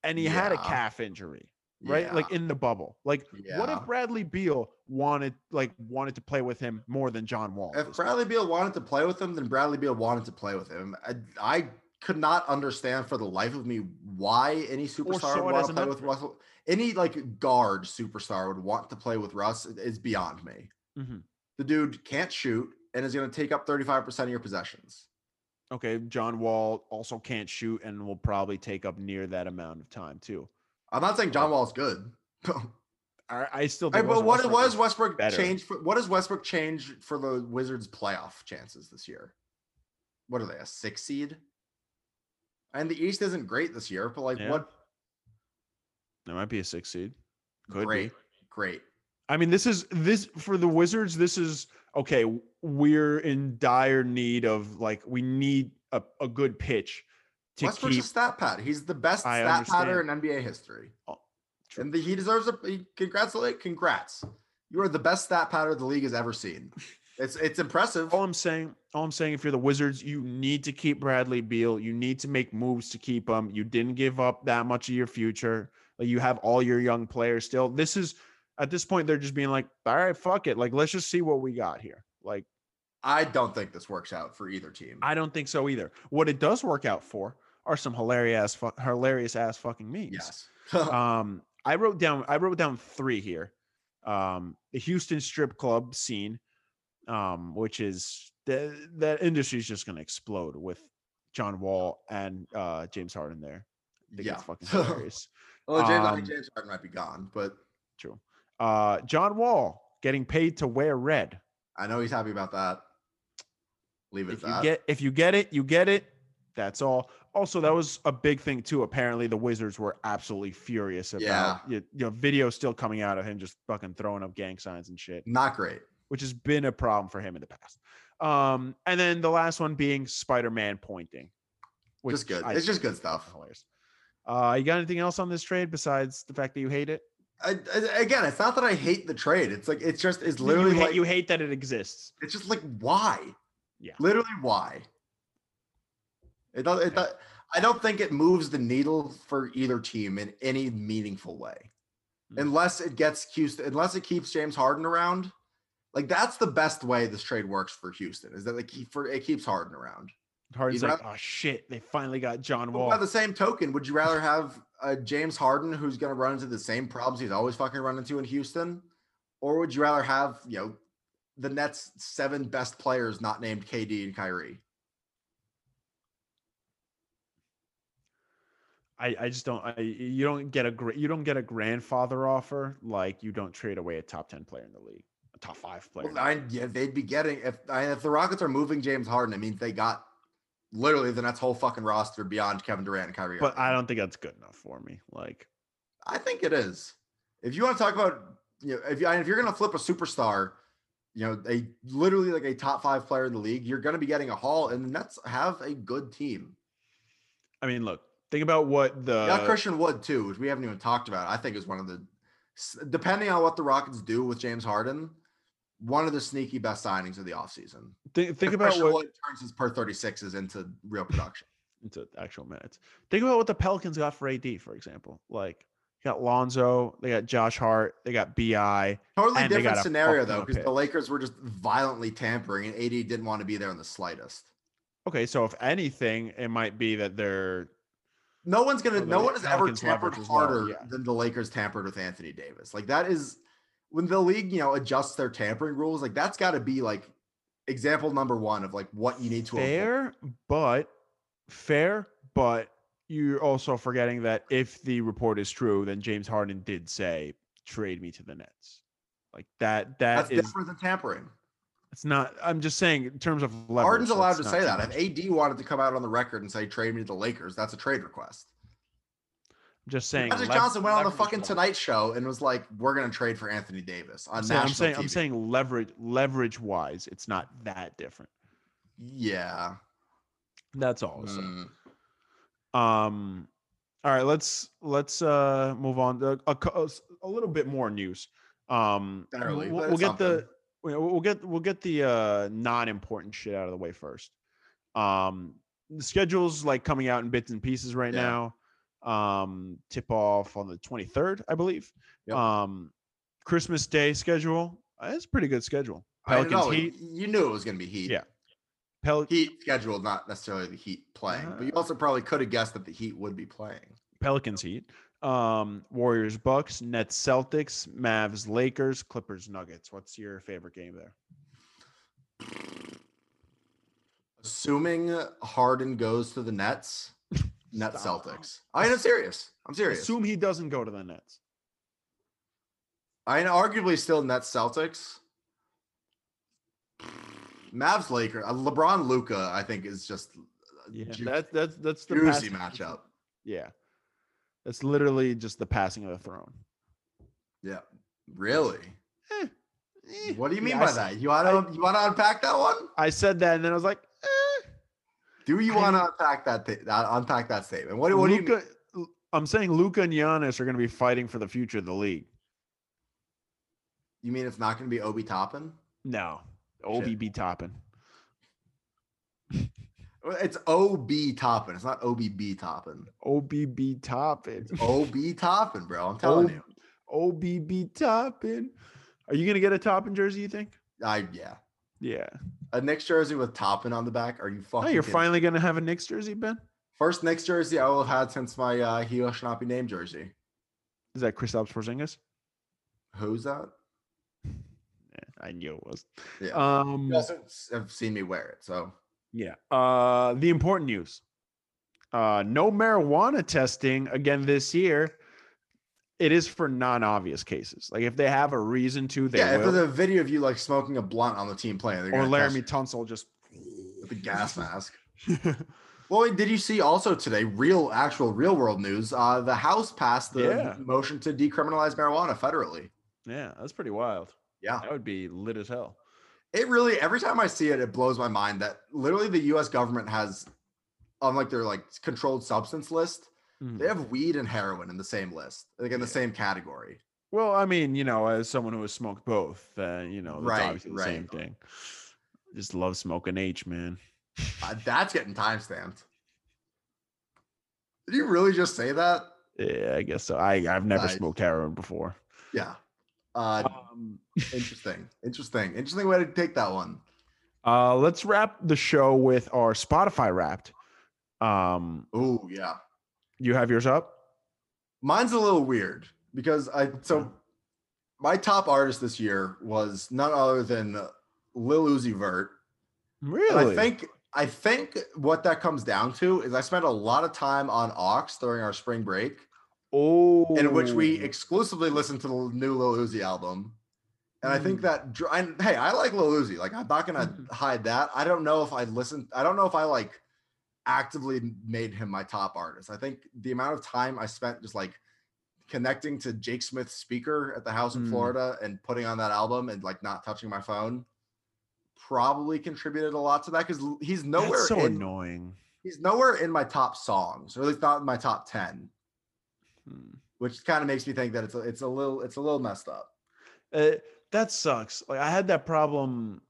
and he had a
Yeah.
calf injury right? Like in the bubble. Like what
Yeah.
if Bradley Beal wanted like wanted to play with him more than John Wall?
if
does?
Bradley Beal wanted to play with him, then Bradley Beal wanted to play with him. I, I could not understand for the life of me why any superstar
saw it
would
as
want to
an
play with
upgrade.
Russell. Any like guard superstar would want to play with Russ is beyond me.
Mhm.
The dude can't shoot and is going to take up 35% of your possessions.
Okay, John Wall also can't shoot and will probably take up near that amount of time too.
I'm not saying John Wall's good.
I, I still.
All
Think
right, but what
Westbrook
it was
was
Westbrook
better.
change for what does Westbrook change for the Wizards playoff chances this year? What are they, a six seed? And the East isn't great this year, but like
Yeah,
what
It might be a six seed. Could be.
great, great.
I mean, this is this for the Wizards. This is okay. We're in dire need of like we need a, a good pitch to
Westbrook's
keep.
a stat pad. He's the best
I
stat patter in NBA history.
Oh, true.
and the, he deserves a he- congrats, Lake, congrats. You are the best stat patter the league has ever seen. It's it's impressive.
All I'm saying, all I'm saying, if you're the Wizards, you need to keep Bradley Beal. You need to make moves to keep him. You didn't give up that much of your future. Like you have all your young players still. This is at this point they're just being like, all right, fuck it. Like let's just see what we got here. Like
I don't think this works out for either team.
I don't think so either. What it does work out for are some hilarious, fu- hilarious ass fucking memes.
yes.
um i wrote down i wrote down three here um the houston strip club scene um which is that that industry's just going to explode with john wall and uh james harden there i think
yeah.
it's fucking hilarious
Well, James, I think
Um,
James Harden might be gone, but
true uh john wall getting paid to wear red
I know he's happy about that. Leave it
if
at
you
that.
get if you get it you get it that's all also
Hmm.
that was a big thing too apparently the wizards were absolutely furious about
Yeah.
you, you know video still coming out of him just fucking throwing up gang signs and shit
Not great.
which has been a problem for him in the past. Um, and then the last one being Spider-Man pointing, which
Just good.
I
It's just
think
good stuff.
is hilarious. Uh, you got anything else on this trade besides the fact that you hate it?
I, I- again, it's not that I hate the trade. It's like it's just it's
You-
literally
you hate,
like
you hate that it exists.
it's just like why?
Yeah.
Literally why? It does. It
Yeah.
does I don't think it moves the needle for either team in any meaningful way,
Mm.
unless it gets Houston. Unless it keeps James Harden around, like that's the best way this trade works for Houston is that they keep for it keeps Harden around.
Harden's
You'd
like, oh shit, they finally got John
But by
Wall.
the same token, would you rather have uh, James Harden, who's going to run into the same problems he's always fucking run into in Houston, or would you rather have you know the Nets' seven best players not named KD and Kyrie?
I, I just don't. I, you don't get a gra- you don't get a grandfather offer like you don't trade away a top ten player in the league, a top five player.
Well, I, yeah, they'd be getting if I, if the Rockets are moving James Harden, I mean they got literally the Nets' whole fucking roster beyond Kevin Durant and Kyrie.
but
Irving.
I don't think that's good enough for me. Like
I think it is. If you want to talk about, you know, if, you, if you're going to flip a superstar, you know, a literally like a top five player in the league, you're going to be getting a haul, and the Nets have a good team.
I mean, look, think about what the
They got Christian Wood too, which we haven't even talked about. I think is one of the, s- depending on what the Rockets do with James Harden, one of the sneaky best signings of the offseason.
think, think
If
about
Christian
what
Wood turns his per 36s into real production.
into actual minutes. Think about what the Pelicans got for AD, for example. Like you got Lonzo, they got Josh Hart, they got Bi.
Totally
And they
different
got a
scenario
fuck ton
though,
of
because the
picks.
Lakers were just violently tampering, and AD didn't want to be there in the slightest.
Okay, so if anything, it might be that they're
No one's gonna.
Or the
No one has ever
Pelicans'
tampered
leverage as well,
harder
yeah.
than the Lakers tampered with Anthony Davis. Like that is when the league, you know, adjusts their tampering rules. Like that's got to be like example number one of like what you need to. avoid.
fair, but fair, but you're also forgetting that if the report is true, then James Harden did say trade me to the Nets. Like that That's
That's different than tampering.
it's not I'm just saying in terms of leverage.
Harden's allowed to
that's
say
not too
that.
much.
If AD wanted to come out on the record and say trade me to the Lakers, that's a trade request.
I'm just saying
Magic
lev-
Johnson went on the
leverage is
fucking
leverage.
Tonight Show and was like, "We're gonna trade for Anthony Davis on
I'm saying, I'm
national
saying,
TV."
I'm saying leverage leverage wise, it's not that different.
yeah.
That's all. I was saying.
Mm.
Um, all right, let's let's uh move on to a, cou- uh, s- a little bit more news. Um,
Barely,
we'll,
but
we'll
it's
get the
something.
we'll we'll get we'll get the uh non-important shit out of the way first. Um, the schedule's like coming out in bits and pieces right
Yeah.
now. Um, tip off on the 23rd, I believe.
Yep.
Um, Christmas Day schedule. Uh, It's a pretty good schedule.
I
Pelicans
know,
Heat.
You knew it was gonna be Heat.
Yeah. Pel-
Heat scheduled, not necessarily the Heat playing, but you
Uh,
also probably could have guessed that the Heat would be playing.
Pelicans Heat, um, Warriors Bucks, Nets Celtics, Mavs Lakers, Clippers Nuggets. What's your favorite game there?
Assuming Harden goes to the Nets, Net
Stop.
Celtics. I am serious. I'm serious.
Assume he doesn't go to the Nets.
I mean, arguably still Nets Celtics. Mavs Lakers. Uh, LeBron Luca, I think, is just a
Yeah,
Uh, ju-
that, that's that's the
juicy
passing-
matchup.
Yeah, that's literally just the passing of the throne.
Yeah. Really?
Eh,
What do you
yeah,
mean
I
by
s-
that? You wanna you wanna unpack that one?
I said that, and then I was like, eh.
Do you
I-
wanna unpack that thi- that unpack that statement? What, what do you mean?
Luka, I'm saying Luca and Giannis are going to be fighting for the future of the league.
You mean it's not gonna be Obi Toppin?
No,
Shit.
OBB topping.
Well, It's OB Toppin. It's not OBB Toppin.
OBB topping.
It's OB Toppin, bro. I'm telling
O-
you.
OBB topping. Are you going to get a topping jersey, you think?
I yeah.
Yeah.
A Knicks jersey with Toppin on the back. Are you
Oh,
fucking
you're
kidding me?
finally going to have a Knicks jersey, Ben?
First Knicks jersey I will have had since my uh Hio Shinobi name jersey.
Is that Kristaps Porzingis?
Who's that?
Yeah, I knew it was.
Yeah.
Um,
You also s- have seen me wear it, so
Yeah. Uh, the important news. Uh, no marijuana testing again this year. It is for non-obvious cases. Like if they have a reason to, they
yeah. If
will.
there's a video of you like smoking a blunt on the team playing, they're
Or
gonna test
Laramie
you
Tunsil just.
with the gas mask. Well, wait, did you see also today real actual real world news? Uh, the House passed the
Yeah.
motion to decriminalize marijuana federally.
yeah, that's pretty wild.
Yeah,
That would be lit as hell.
it really every time I see it, it blows my mind that literally the U.S. government has, unlike their like controlled substance list, they have weed and heroin in the same list, like in the
Yeah.
same category.
Well, I mean, you know, as someone who has smoked both, uh, you know, that's
Right,
obviously the
right.
same thing. Just love smoking H, man.
Uh, that's getting timestamped. Did you really just say that?
Yeah, I guess so. I I've never
Nice.
smoked heroin before.
Yeah. Uh,
Um,
interesting. Interesting. Interesting way to take that one.
Uh, let's wrap the show with our Spotify Wrapped. Um,
Oh yeah.
you have yours up.
Mine's a little weird because I so my top artist this year was none other than Lil Uzi Vert. And
Really?
I think I think what that comes down to is I spent a lot of time on Ox during our spring break,
Oh,
in which we exclusively listened to the new Lil Uzi album. And I think
Mm.
that dr- and hey, I like Lil Uzi. Like I'm not gonna
Mhm.
hide that. I don't know if I listened. I don't know if I like actively made him my top artist. I think the amount of time I spent just like connecting to Jake Smith's speaker at the house in
Mm.
Florida and putting on that album and like not touching my phone probably contributed a lot to that because he's nowhere
That's so
in
annoying.
he's nowhere in my top songs, or at least not in my top ten,
Hmm.
which kind of makes me think that it's a, it's a little it's a little messed up.
Uh, that sucks. Like I had that problem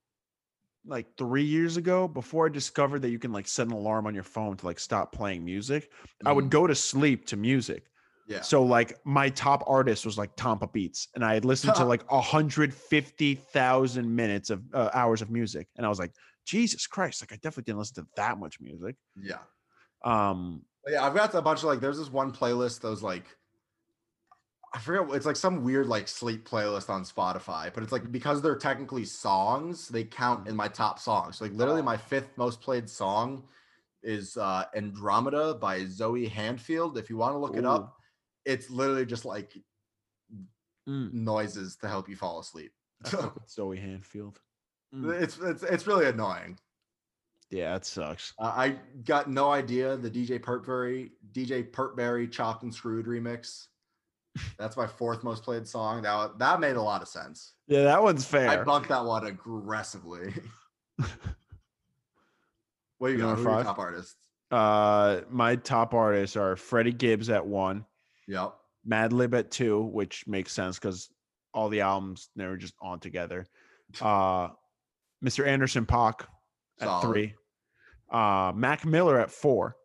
like three years ago before I discovered that you can like set an alarm on your phone to like stop playing music. I
Mm,
would go to sleep to music.
Mm-hmm. yeah.
So like my top artist was like Tompa Beats, and I had listened to like hundred fifty thousand minutes of uh, hours of music, and I was like, Jesus Christ! Like I definitely didn't listen to that much music.
Yeah.
Um,
But Yeah, I've got a bunch of like. There's this one playlist that was like, I forget. what- It's like some weird like sleep playlist on Spotify, but it's like because they're technically songs, they count in my top songs. So, like literally,
Oh.
my fifth most played song is uh Andromeda by Zoe Handfield. If you want to look it up, it's literally just like
mm,
noises to help you fall asleep.
I fuck with Zoe Hanfield. Mm,
It's it's it's really annoying.
Yeah, that sucks.
Uh, I got no idea the DJ Pertberry DJ Pertberry chopped and screwed remix. That's my fourth most played song. Now that made a lot of sense.
Yeah, that one's
I
fair.
bumped that one aggressively. what do you
You
got?
want
Who are your
five?
top artists?
Uh, my top artists are Freddie Gibbs at one,
Yep.
Madlib at two, which makes sense because all the albums they were just on together. Uh, Mr. Anderson Pock at
Solid.
three, uh, Mac Miller at four,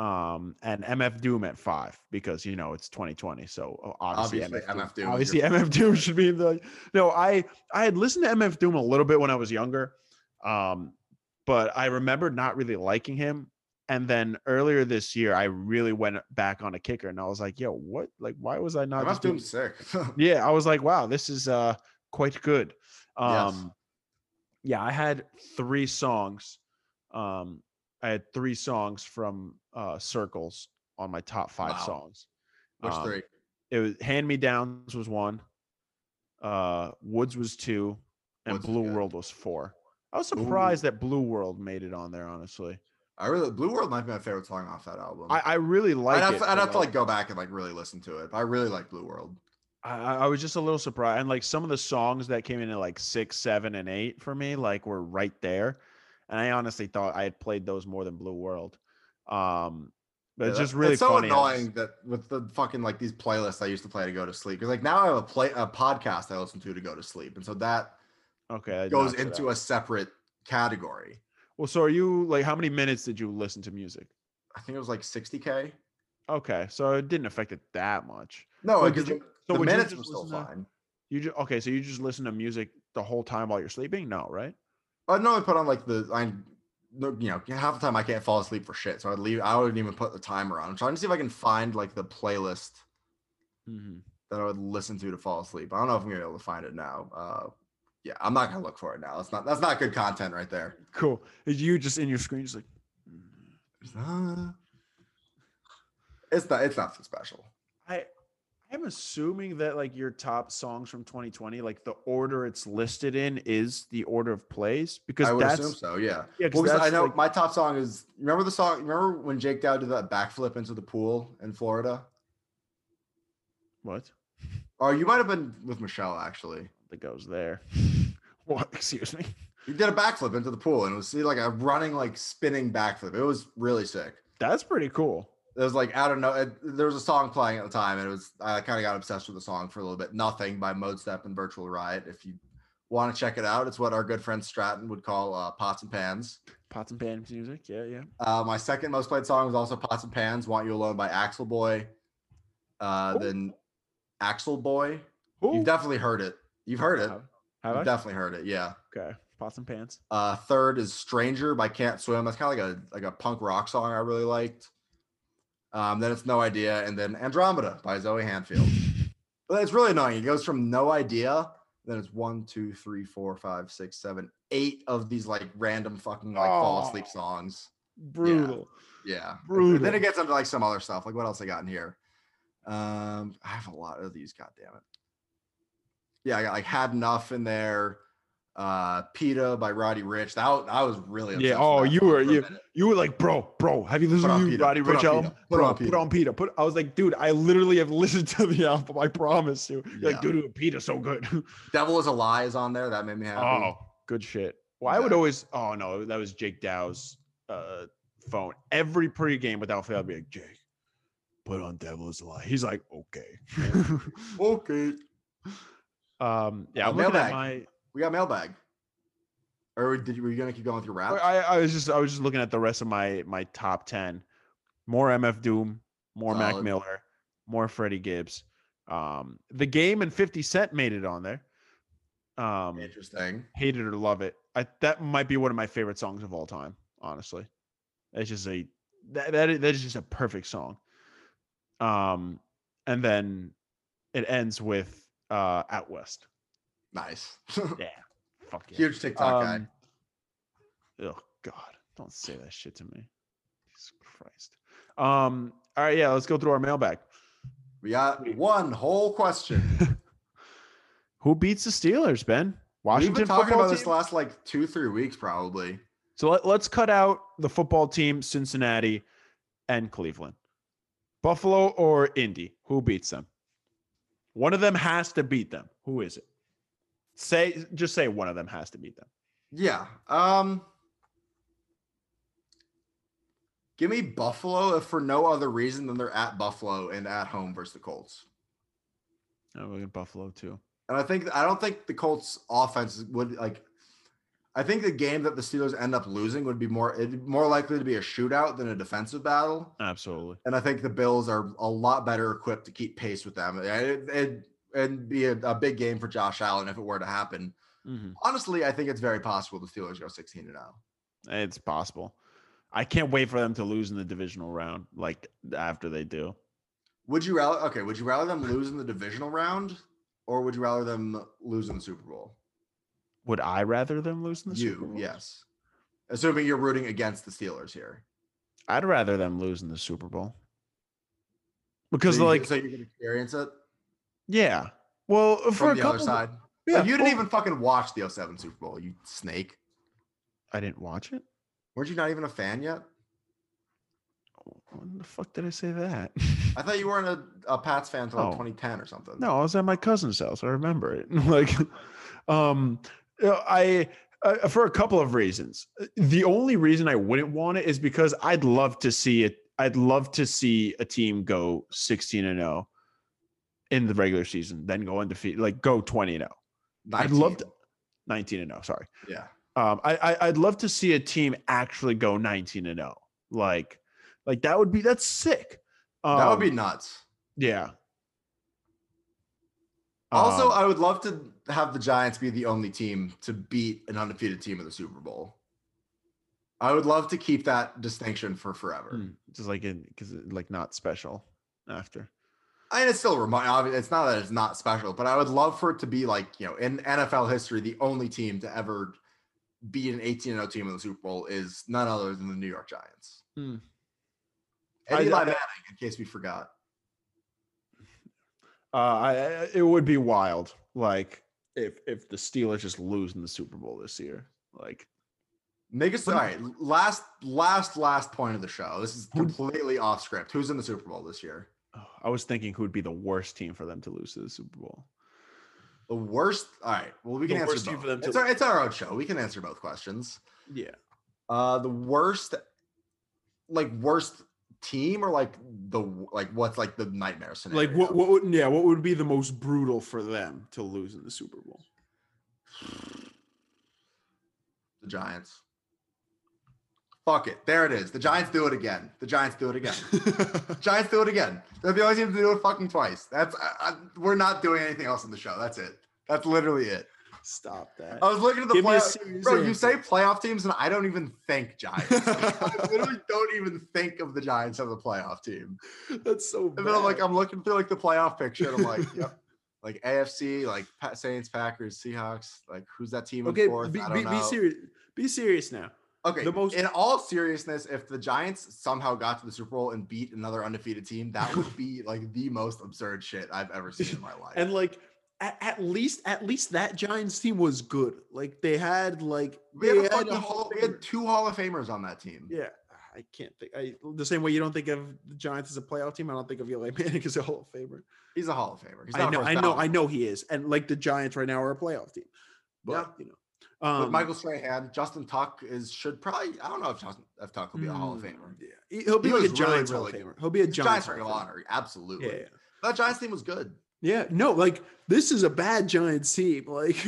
um, and MF Doom at five because you know it's 2020, so o- obviously,
Obviously,
MF,
MF Doom is
Doom,
your
obviously
favorite.
MF Doom should be in the. No, I I had listened to MF Doom a little bit when I was younger, um, but I remember not really liking him. And then earlier this year, I really went back on a kicker, and I was like, "Yo, what? Like, why was I not?"
I'm
just
doing
doing
sick.
yeah i was like wow this is uh quite good
Yes.
um yeah i had three songs um i had three songs from uh circles on my top five
Wow.
songs
Which
Um,
three?
it was hand me downs was one Uh, Woods was two, and
Woods is
Blue
good.
World was four. I was surprised that Blue World made it on there. Honestly,
I really Blue World might be my favorite song off that album.
I, I really like
I'd have,
it.
to, I'd
but,
have to like go back and like really listen to it. But I really like Blue World.
I, I I was just a little surprised, and like some of the songs that came in at like six, seven, and eight for me, like were right there, and I honestly thought I had played those more than Blue World. Um, but
Yeah,
it's
that-
just really
it's so
funny. I was-
annoying that with the fucking like these playlists I used to play to go to sleep. Because like now I have a play a podcast I listen to to go to sleep, and so that
Okay, I
goes
knocked it
into
out.
a separate category.
Well, so are you like how many minutes did you listen to music?
I think it was like 60k.
Okay, so it didn't affect it that much.
No,
Wait,
because
did you-
the,
so
the
would you
minutes
just
were still
listen to-
fine.
You just okay, so you just listen to music the whole time while you're sleeping? No, right?
I normally put on like the I no- you know half the time I can't fall asleep for shit, so I'd leave. I wouldn't even put the timer on. I'm trying to see if I can find like the playlist
Mm-hmm.
that I would listen to to fall asleep. I don't know if I'm gonna be able to find it now. Uh, yeah, I'm not gonna look for it now. That's not that's not good content right there.
Cool. Is you just in your screen just like "Mm."
It's not it's not, it's nothing special.
I I'm assuming that like your top songs from 2020, like the order it's listed in is the order of plays because
I would
that's
assume so. Yeah.
yeah, 'cause
Well, 'cause I
that's,
know
like-
my top song is remember the song remember when Jake Dow did that backflip into the pool in Florida?
what?
Or you might have been with Michelle actually.
That goes there. what? Excuse me.
He did a backflip into the pool and it was like a running like spinning backflip. It was really sick.
That's pretty cool.
It was like I don't know. It, there was a song playing at the time, and it was I kind of got obsessed with the song for a little bit. Nothing by Mode Step and Virtual Riot. If you want to check it out, it's what our good friend Stratton would call uh, pots and pans.
Pots and pans music. Yeah, yeah.
Uh, my second most played song was also Pots and Pans. Want You Alone by Axel Boy. Uh,
Ooh.
then Axel Boy.
Ooh.
You've definitely heard it. You've heard it.
Have- have I?
You've definitely heard it. Yeah.
Okay. Pots and pans.
Uh, third is Stranger by Can't Swim. That's kind of like a like a punk rock song I really liked. Um, then it's No Idea, and then Andromeda by Zoe Hanfield. But it's really annoying. It goes from No Idea, then it's one, two, three, four, five, six, seven, eight of these like random fucking like fall asleep
Oh.
songs.
Brutal.
Yeah.
Brutal.
Then it gets into like some other stuff. Like what else I got in here? Um, I have a lot of these. God damn it. Yeah, I got like had enough in there. Uh, Peta by Roddy Rich. That wa- I was really
Yeah,
obsessed with
oh,
that
you
song
were-
for a
you-
minute.
You were like, bro, bro, have you listened
on
to
Peter.
Roddy
Put
Rich
on
album?
Peter. Put
Bro,
on
put
Peter.
on Peter. Put. I was like, dude, I literally have listened to the album. I promise you. You're Like,
Yeah.
dude, dude, Peter's so good.
Devil is a Lie is on there. That made me happy.
oh, good shit. Well, I would
Exactly.
always. Oh no, that was Jake Dow's uh, phone. Every pregame without fail, I'd be like, Jake, put on Devil's Lie. He's like, okay.
Okay.
um, yeah,
Uh,
I'm looking at
mailbag.
my.
We got mailbag. Or did you, were you gonna keep going with your rap?
I, I was just I was just looking at the rest of my my top ten. More MF Doom, more Mac
Solid.
Miller, more Freddie Gibbs. Um, the game and Fifty Cent made it on there. Um,
Oh, Interesting.
hate it or love it, I, that might be one of my favorite songs of all time. Honestly, it's just a that that is, that is just a perfect song. Um, and then it ends with uh, Out West.
Nice.
Yeah, Um, fuck yeah.
Huge TikTok guy.
Oh God, don't say that shit to me. Jesus Christ. Um. All right. Yeah. Let's go through our mailbag.
We got
sweet.
one whole question.
Who beats the Steelers, Ben? Washington
We've been talking
football
about this
team?
last like two, three weeks probably.
So let, let's cut out the football team, Cincinnati, and Cleveland. Buffalo or Indy? Who beats them? One of them has to beat them. Who is it? Say just say one of them has to beat them.
Yeah. Um Give me Buffalo if for no other reason than they're at Buffalo and at home versus the Colts. Oh,
I'm looking at Buffalo too.
And I think I don't think the Colts offense would like I think the game that the Steelers end up losing would be more it'd be more likely to be a shootout than a defensive battle.
Absolutely.
And I think the Bills are a lot better equipped to keep pace with them. It, it, it'd be a, a big game for Josh Allen if it were to happen. Mm-hmm.
Mhm.
Honestly, I think it's very possible the Steelers go 16 and oh. 0.
It's possible. I can't wait for them to lose in the divisional round, like after they do.
Would you rather? Okay, would you rather them lose in the divisional round, or would you rather them lose in the Super Bowl?
Would I rather them lose in the Super
You,
Bowl?
yes. Assuming you're rooting against the Steelers here,
I'd rather them lose in the Super Bowl. Because
so you-
like
so you can experience it.
yeah. Well, for
from
a
the
couple,
other side.
yeah,
Like, you didn't
well-
even fucking watch the 07 Super Bowl, you snake.
I didn't watch it.
Weren't you not even a fan yet?
When the fuck did I say that?
I thought you weren't a, a Pats fan until like
Oh.
2010 or something.
No, I was at my cousin's house. I remember it. Like, um, you know, I uh, for a couple of reasons. The only reason I wouldn't want it is because I'd love to see it. I'd love to see a team go sixteen and zero in the regular season, then go undefeated, like go twenty and 0, I'd love
19.
to- nineteen and zero. Sorry.
Yeah.
Um, I, I I'd love to see a team actually go nineteen and zero. Like, like that would be that's sick. Um,
that would be nuts.
yeah.
Also,
Um,
I would love to have the Giants be the only team to beat an undefeated team in the Super Bowl. I would love to keep that distinction for forever.
Mm, just like in because like not special after.
And it's still remind. obvi- It's not that it's not special, but I would love for it to be like you know in NFL history, the only team to ever beat an 18 0 team in the Super Bowl is none other than the New York Giants.
Hmm.
And
I-
Eli
I-
Manning, in case we forgot.
Uh, I, I- it would be wild. Like if if the Steelers just lose in the Super Bowl this year, like
Make us all right. Last, last, last point of the show. This is
Who-
completely off script. Who's in the Super Bowl this year?
oh, I was thinking who would be the worst team for them to lose to the Super Bowl.
The worst. All right. Well, we
The
can answer
worst team
both.
for them to-
it's, our, it's our own show. We can answer both questions.
Yeah.
Uh, the worst, like worst team, or like the like what's like the nightmare scenario?
Like what what would yeah, what would be the most brutal for them to lose in the Super Bowl?
The Giants. Fuck it. There it is. The Giants do it again. The Giants do it again. Giants do it again. They're the only team to do it fucking twice. That's I, I, we're not doing anything else in the show. That's it. That's literally it.
Stop that.
I was looking at the
Give me a
playoff.
serious
Bro, you
answer.
say playoff teams, and I don't even think Giants. I literally don't even think of the Giants as a playoff team.
That's so bad.
And then I'm like, I'm looking through like the playoff picture, and I'm like, yep. Like AFC, like Pa- Saints, Packers, Seahawks. Like, who's that team? in
"Oh, okay,
fourth?
be,
I don't
be, be
know.
serious. Be serious now.
Okay,
The most-
in all seriousness, if the Giants somehow got to the Super Bowl and beat another undefeated team, that would be like the most absurd shit I've ever seen in my life.
and like at, at least at least that Giants team was good. Like they had like
we had
they
a fucking
a
hall. We
Hall
had
of Famer.
two Hall of Famers on that team.
yeah. I can't think. I the same way you don't think of the Giants as a playoff team. I don't think of Eli Manning as a Hall of Famer.
He's a Hall of Famer. He's
I
not
know,
first
I know,
ballot.
I know he is. And like the Giants right now are a playoff team, but you know,
With
um,
Michael Strahan, Justin Tuck is should probably. I don't know if Justin if Tuck will be a Hall of
mm,
Famer.
Yeah, he- he'll be
He
like a
was really,
Giants
really
Hall of
good.
Famer. He'll be a
The Giants
Giants,
Ring
Hall
of
of Famer.
Honor, absolutely.
Yeah, yeah,
That Giants team was good.
yeah. No, like this is a bad Giants team. Like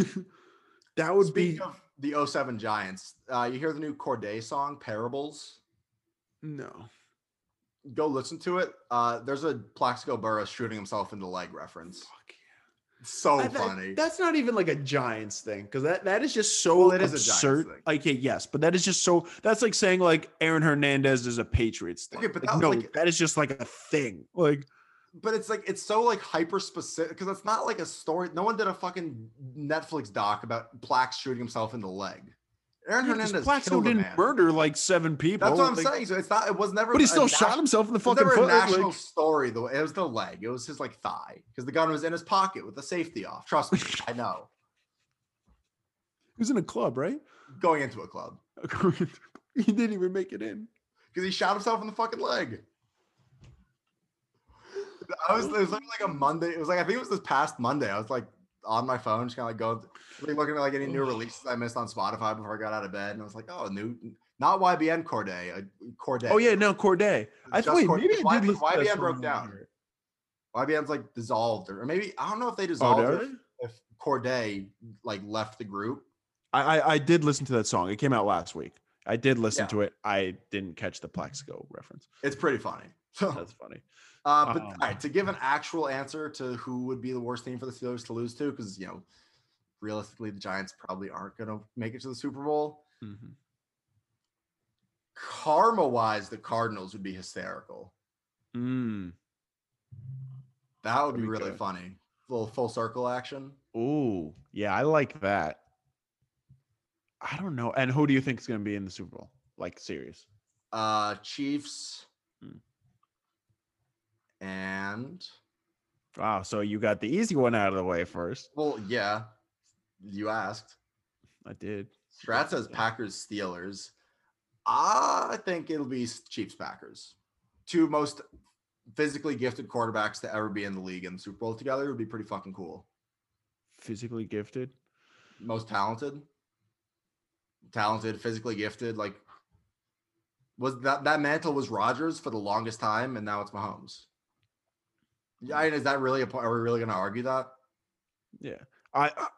that would
Speaking
be
of the 07 Giants, uh, you hear the new Corday song, Parables.
no.
Go listen to it. Uh, there's a Plaxico Burress shooting himself in the leg reference.
Fuck
It's so
I- that-
Oh, funny.
that's not even like a Giants thing because that that is just so
Well, it is a Giants
absurd.
thing.
Like yeah, yes, but that is just so. That's like saying like Aaron Hernandez is a Patriots thing.
Okay, but
Like,
that
no,
was, like-
that is just like a thing. Like
but it's like it's so like hyper specific because it's not like a story. No one did a fucking Netflix doc about Plax shooting himself in the leg. Aaron
yeah, 'cause
Hernandez
Plaxico
killed a
didn't
man.
murder like seven people.
That's what I'm
like,
saying. So it's not. It was never.
But he
a
still shot
national-
himself in the
It was
fucking
never
foot.
a
like,
national story. The way, it was the leg. It was his like thigh because the gun was in his pocket with the safety off. Trust me, I know.
he was in a club, right?
Going into a club
he didn't even make it in.
because he shot himself in the fucking leg. I was, it was literally like a Monday. It was like I think it was this past Monday. I was like on my phone, just kind of like going, like, looking at like any
Oh.
new releases I missed on Spotify before I got out of bed, and I was like, oh, new, not YBN Corday, uh, Corday.
Oh yeah, no Corday. I
Just
thought wait,
Corday.
maybe I
Why-
did. listen to
YBN
that
broke
song
down.
earlier.
YBN's like dissolved, or, or maybe I don't know if they
Oh,
dissolved.
did
or
I?
if Corday like left the group.
I, I I did listen to that song. It came out last week. I did listen
Yeah.
to it. I didn't catch the Plaxico reference.
It's pretty funny. So, uh,
That's funny.
but
Um,
all right, to give an actual answer to who would be the worst team for the Steelers to lose to, because you know, realistically, the Giants probably aren't going to make it to the Super Bowl.
Mm-hmm.
Karma wise, the Cardinals would be hysterical.
Mm.
That would
That'd
be
be
really
good.
funny. little full circle action.
Ooh, yeah, I like that. I don't know. And who do you think is going to be in the Super Bowl? Like serious?
Uh Chiefs
Hmm.
and
Wow. So you got the easy one out of the way first.
Well, yeah, you asked.
I did.
Strat says Packers Steelers. I think it'll be Chiefs Packers. Two most physically gifted quarterbacks to ever be in the league in the Super Bowl together would be pretty fucking cool.
Physically gifted.
Most talented, talented, physically gifted. Like was that that mantle was Rogers for the longest time, and now it's Mahomes. Yeah, I mean, is that really a point? Are we really going to argue that?
Yeah. I I-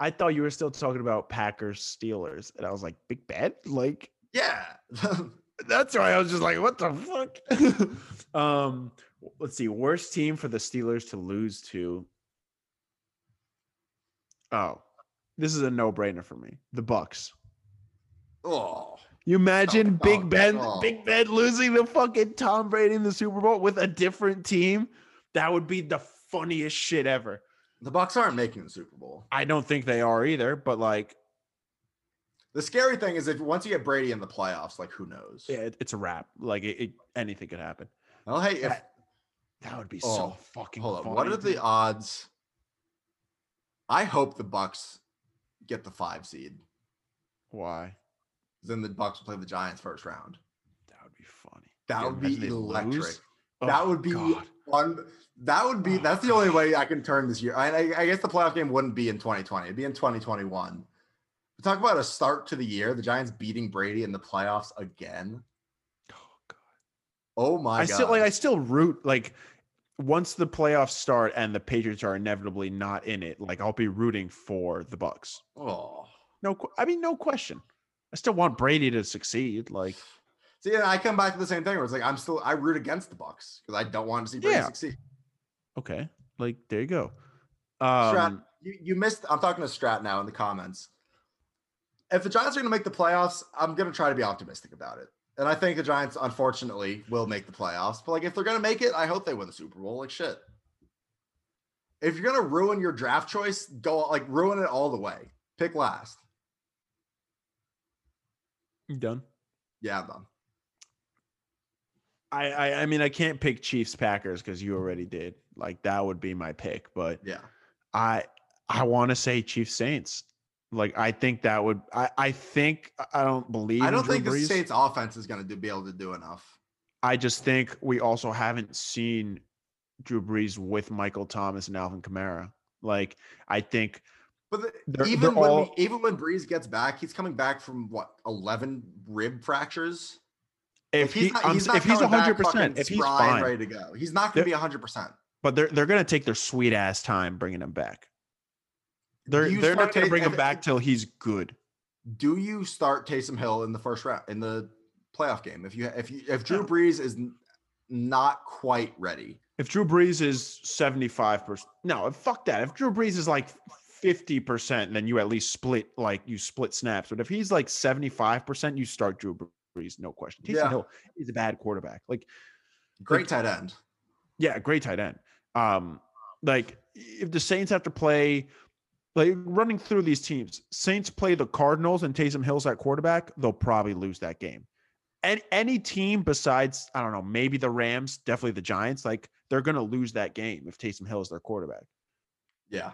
I thought you were still talking about Packers Steelers, and I was like, Big Ben? Like
Yeah.
that's why I was just like, what the fuck? um, let's see, worst team for the Steelers to lose to. Oh, this is a no-brainer for me. The Bucks.
oh,
You imagine
Oh,
Big Ben,
oh.
Big Ben losing the fucking Tom Brady in the Super Bowl with a different team. That would be the funniest shit ever.
the Bucks aren't making the Super Bowl.
I don't think they are either, but like,
The scary thing is if once you get Brady in the playoffs, like who knows?
yeah, it- it's a wrap. Like, it, it- anything could happen.
Well, hey, if
That would be
Oh,
so fucking.
hold on,
funny,
what are
dude.
the odds? I hope the Bucks get the five seed.
Why?
Then the Bucks play the Giants first round.
That would be funny.
That
Yeah,
would be
imagine they lose.
electric. That
Oh,
would be e-
God.
one. That would be.
Oh,
That's the only way I can turn this year. I, I, I guess the playoff game wouldn't be in 2020. It'd be in 2021. But talk about a start to the year. The Giants beating Brady in the playoffs again.
Oh, God.
Oh my
I
god!
still like. I still root like once the playoffs start and the Patriots are inevitably not in it. Like I'll be rooting for the Bucks.
oh.
No, que- I mean no question. I still want Brady to succeed. Like
See, and I come back to the same thing where it's like I'm still I root against the Bucks because I don't want to see Brady
Yeah.
succeed.
okay, like there you go.
Strat,
Um,
you, you missed. I'm talking to Strat now in the comments. If the Giants are going to make the playoffs, I'm going to try to be optimistic about it. And I think the Giants, unfortunately, will make the playoffs. But like, if they're going to make it, I hope they win the Super Bowl. Like shit. If you're going to ruin your draft choice, go like ruin it all the way. Pick last.
you done.
Yeah, I'm done.
I, I I mean I can't pick Chiefs Packers because you already did. Like that would be my pick, but
Yeah.
I I want to say Chiefs Saints. Like I think that would I I think I don't believe
I don't
Drew
think the
Brees.
Saints' offense is going to do, be able to do enough.
I just think we also haven't seen Drew Brees with Michael Thomas and Alvin Kamara. Like I think
But the,
They're-
even
they're
when we-
all-
even when Breeze gets back, he's coming back from what eleven rib fractures.
if he,
not-
I'm s-
not
if he's
coming back
hundred percent,
fucking
if he's
spry and
fine,
ready to go, he's not going
There-
to be hundred percent.
but they're they're gonna take their sweet ass time bringing him back. They're
You
they're not
start
gonna
ta-
bring him
if-
back till he's good.
Do you start Taysom Hill in the first round in the playoff game? If you if you if Drew
No.
Brees is n- not quite ready,
If Drew Brees is seventy five percent, no, fuck that. If Drew Brees is like fifty percent, then you at least split like you split snaps. But if he's like seventy five percent, you start Drew Brees, no question. Taysom
Yeah.
Hill is a bad quarterback. Like
great tight end.
Yeah, great tight end. Um, like if the Saints have to play, like running through these teams, Saints play the Cardinals and Taysom Hill's at quarterback, they'll probably lose that game. And any team besides, I don't know, maybe the Rams, definitely the Giants, like they're gonna lose that game if Taysom Hill is their quarterback.
Yeah,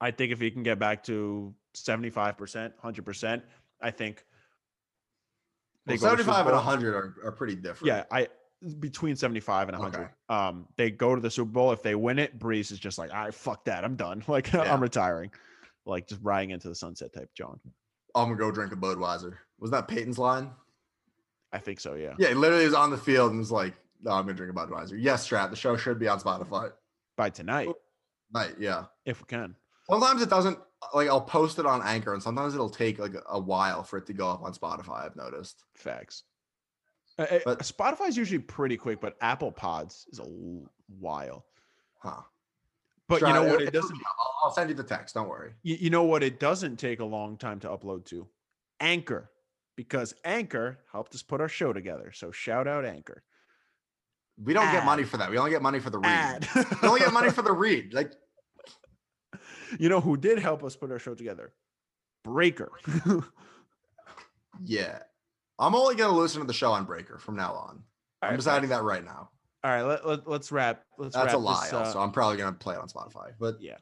I think if he can get back to seventy five percent, hundred percent, I think
well,
go to Super
seventy five and
Bowl.
hundred are, are pretty different.
Yeah, I between 75 and 100.
Okay.
Um, they go to the Super Bowl. If they win it, Breeze is just like, I fuck that. I'm done. Like,
Yeah.
I'm retiring. Like, just riding into the sunset type John.
I'm gonna go drink a Budweiser. Was that Peyton's line?
I think so. Yeah.
Yeah, he literally was on the field and was like, "No, I'm gonna drink a Budweiser." Yes, Strat. The show should be on Spotify.
By tonight,
Night, yeah.
if we can.
Sometimes it doesn't like I'll post it on Anchor and sometimes it'll take like a while for it to go up on Spotify, I've noticed.
Facts. Uh, uh,
But-
Spotify's usually pretty quick, but Apple Pods is a l- while.
Huh.
But you
Try-
know what? It
it's-
doesn't.
I'll, I'll send you the text, don't worry.
You, you know what? It doesn't take a long time to upload to Anchor, because Anchor helped us put our show together. So shout out Anchor.
We don't get
Ad.
money for that. We only get money for the read.
Ad.
We only get money for the read. Like
You know who did help us put our show together? Breaker.
yeah. I'm only gonna listen to the show on Breaker from now on. I'm deciding that right now.
All right, let, let, let's wrap. Let's
That's
wrap
a lie.
This, uh,
also, I'm probably gonna play it on Spotify. But
yeah.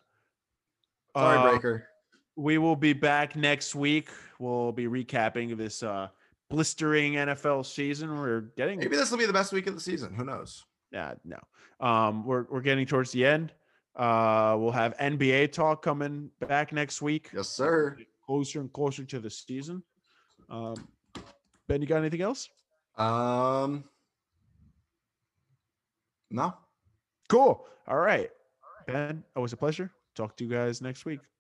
sorry,
Uh,
Breaker.
We will be back next week. We'll be recapping this uh blistering NFL season. We're getting
Maybe this will be the best week of the season. Who knows?
nah, no. Um, we're we're getting towards the end. Uh, we'll have NBA talk coming back next week.
Yes, sir.
Closer and closer to the season. Um, ben, you got anything else?
Um, no.
Cool. All right, Ben. Always a pleasure. Talk to you guys next week.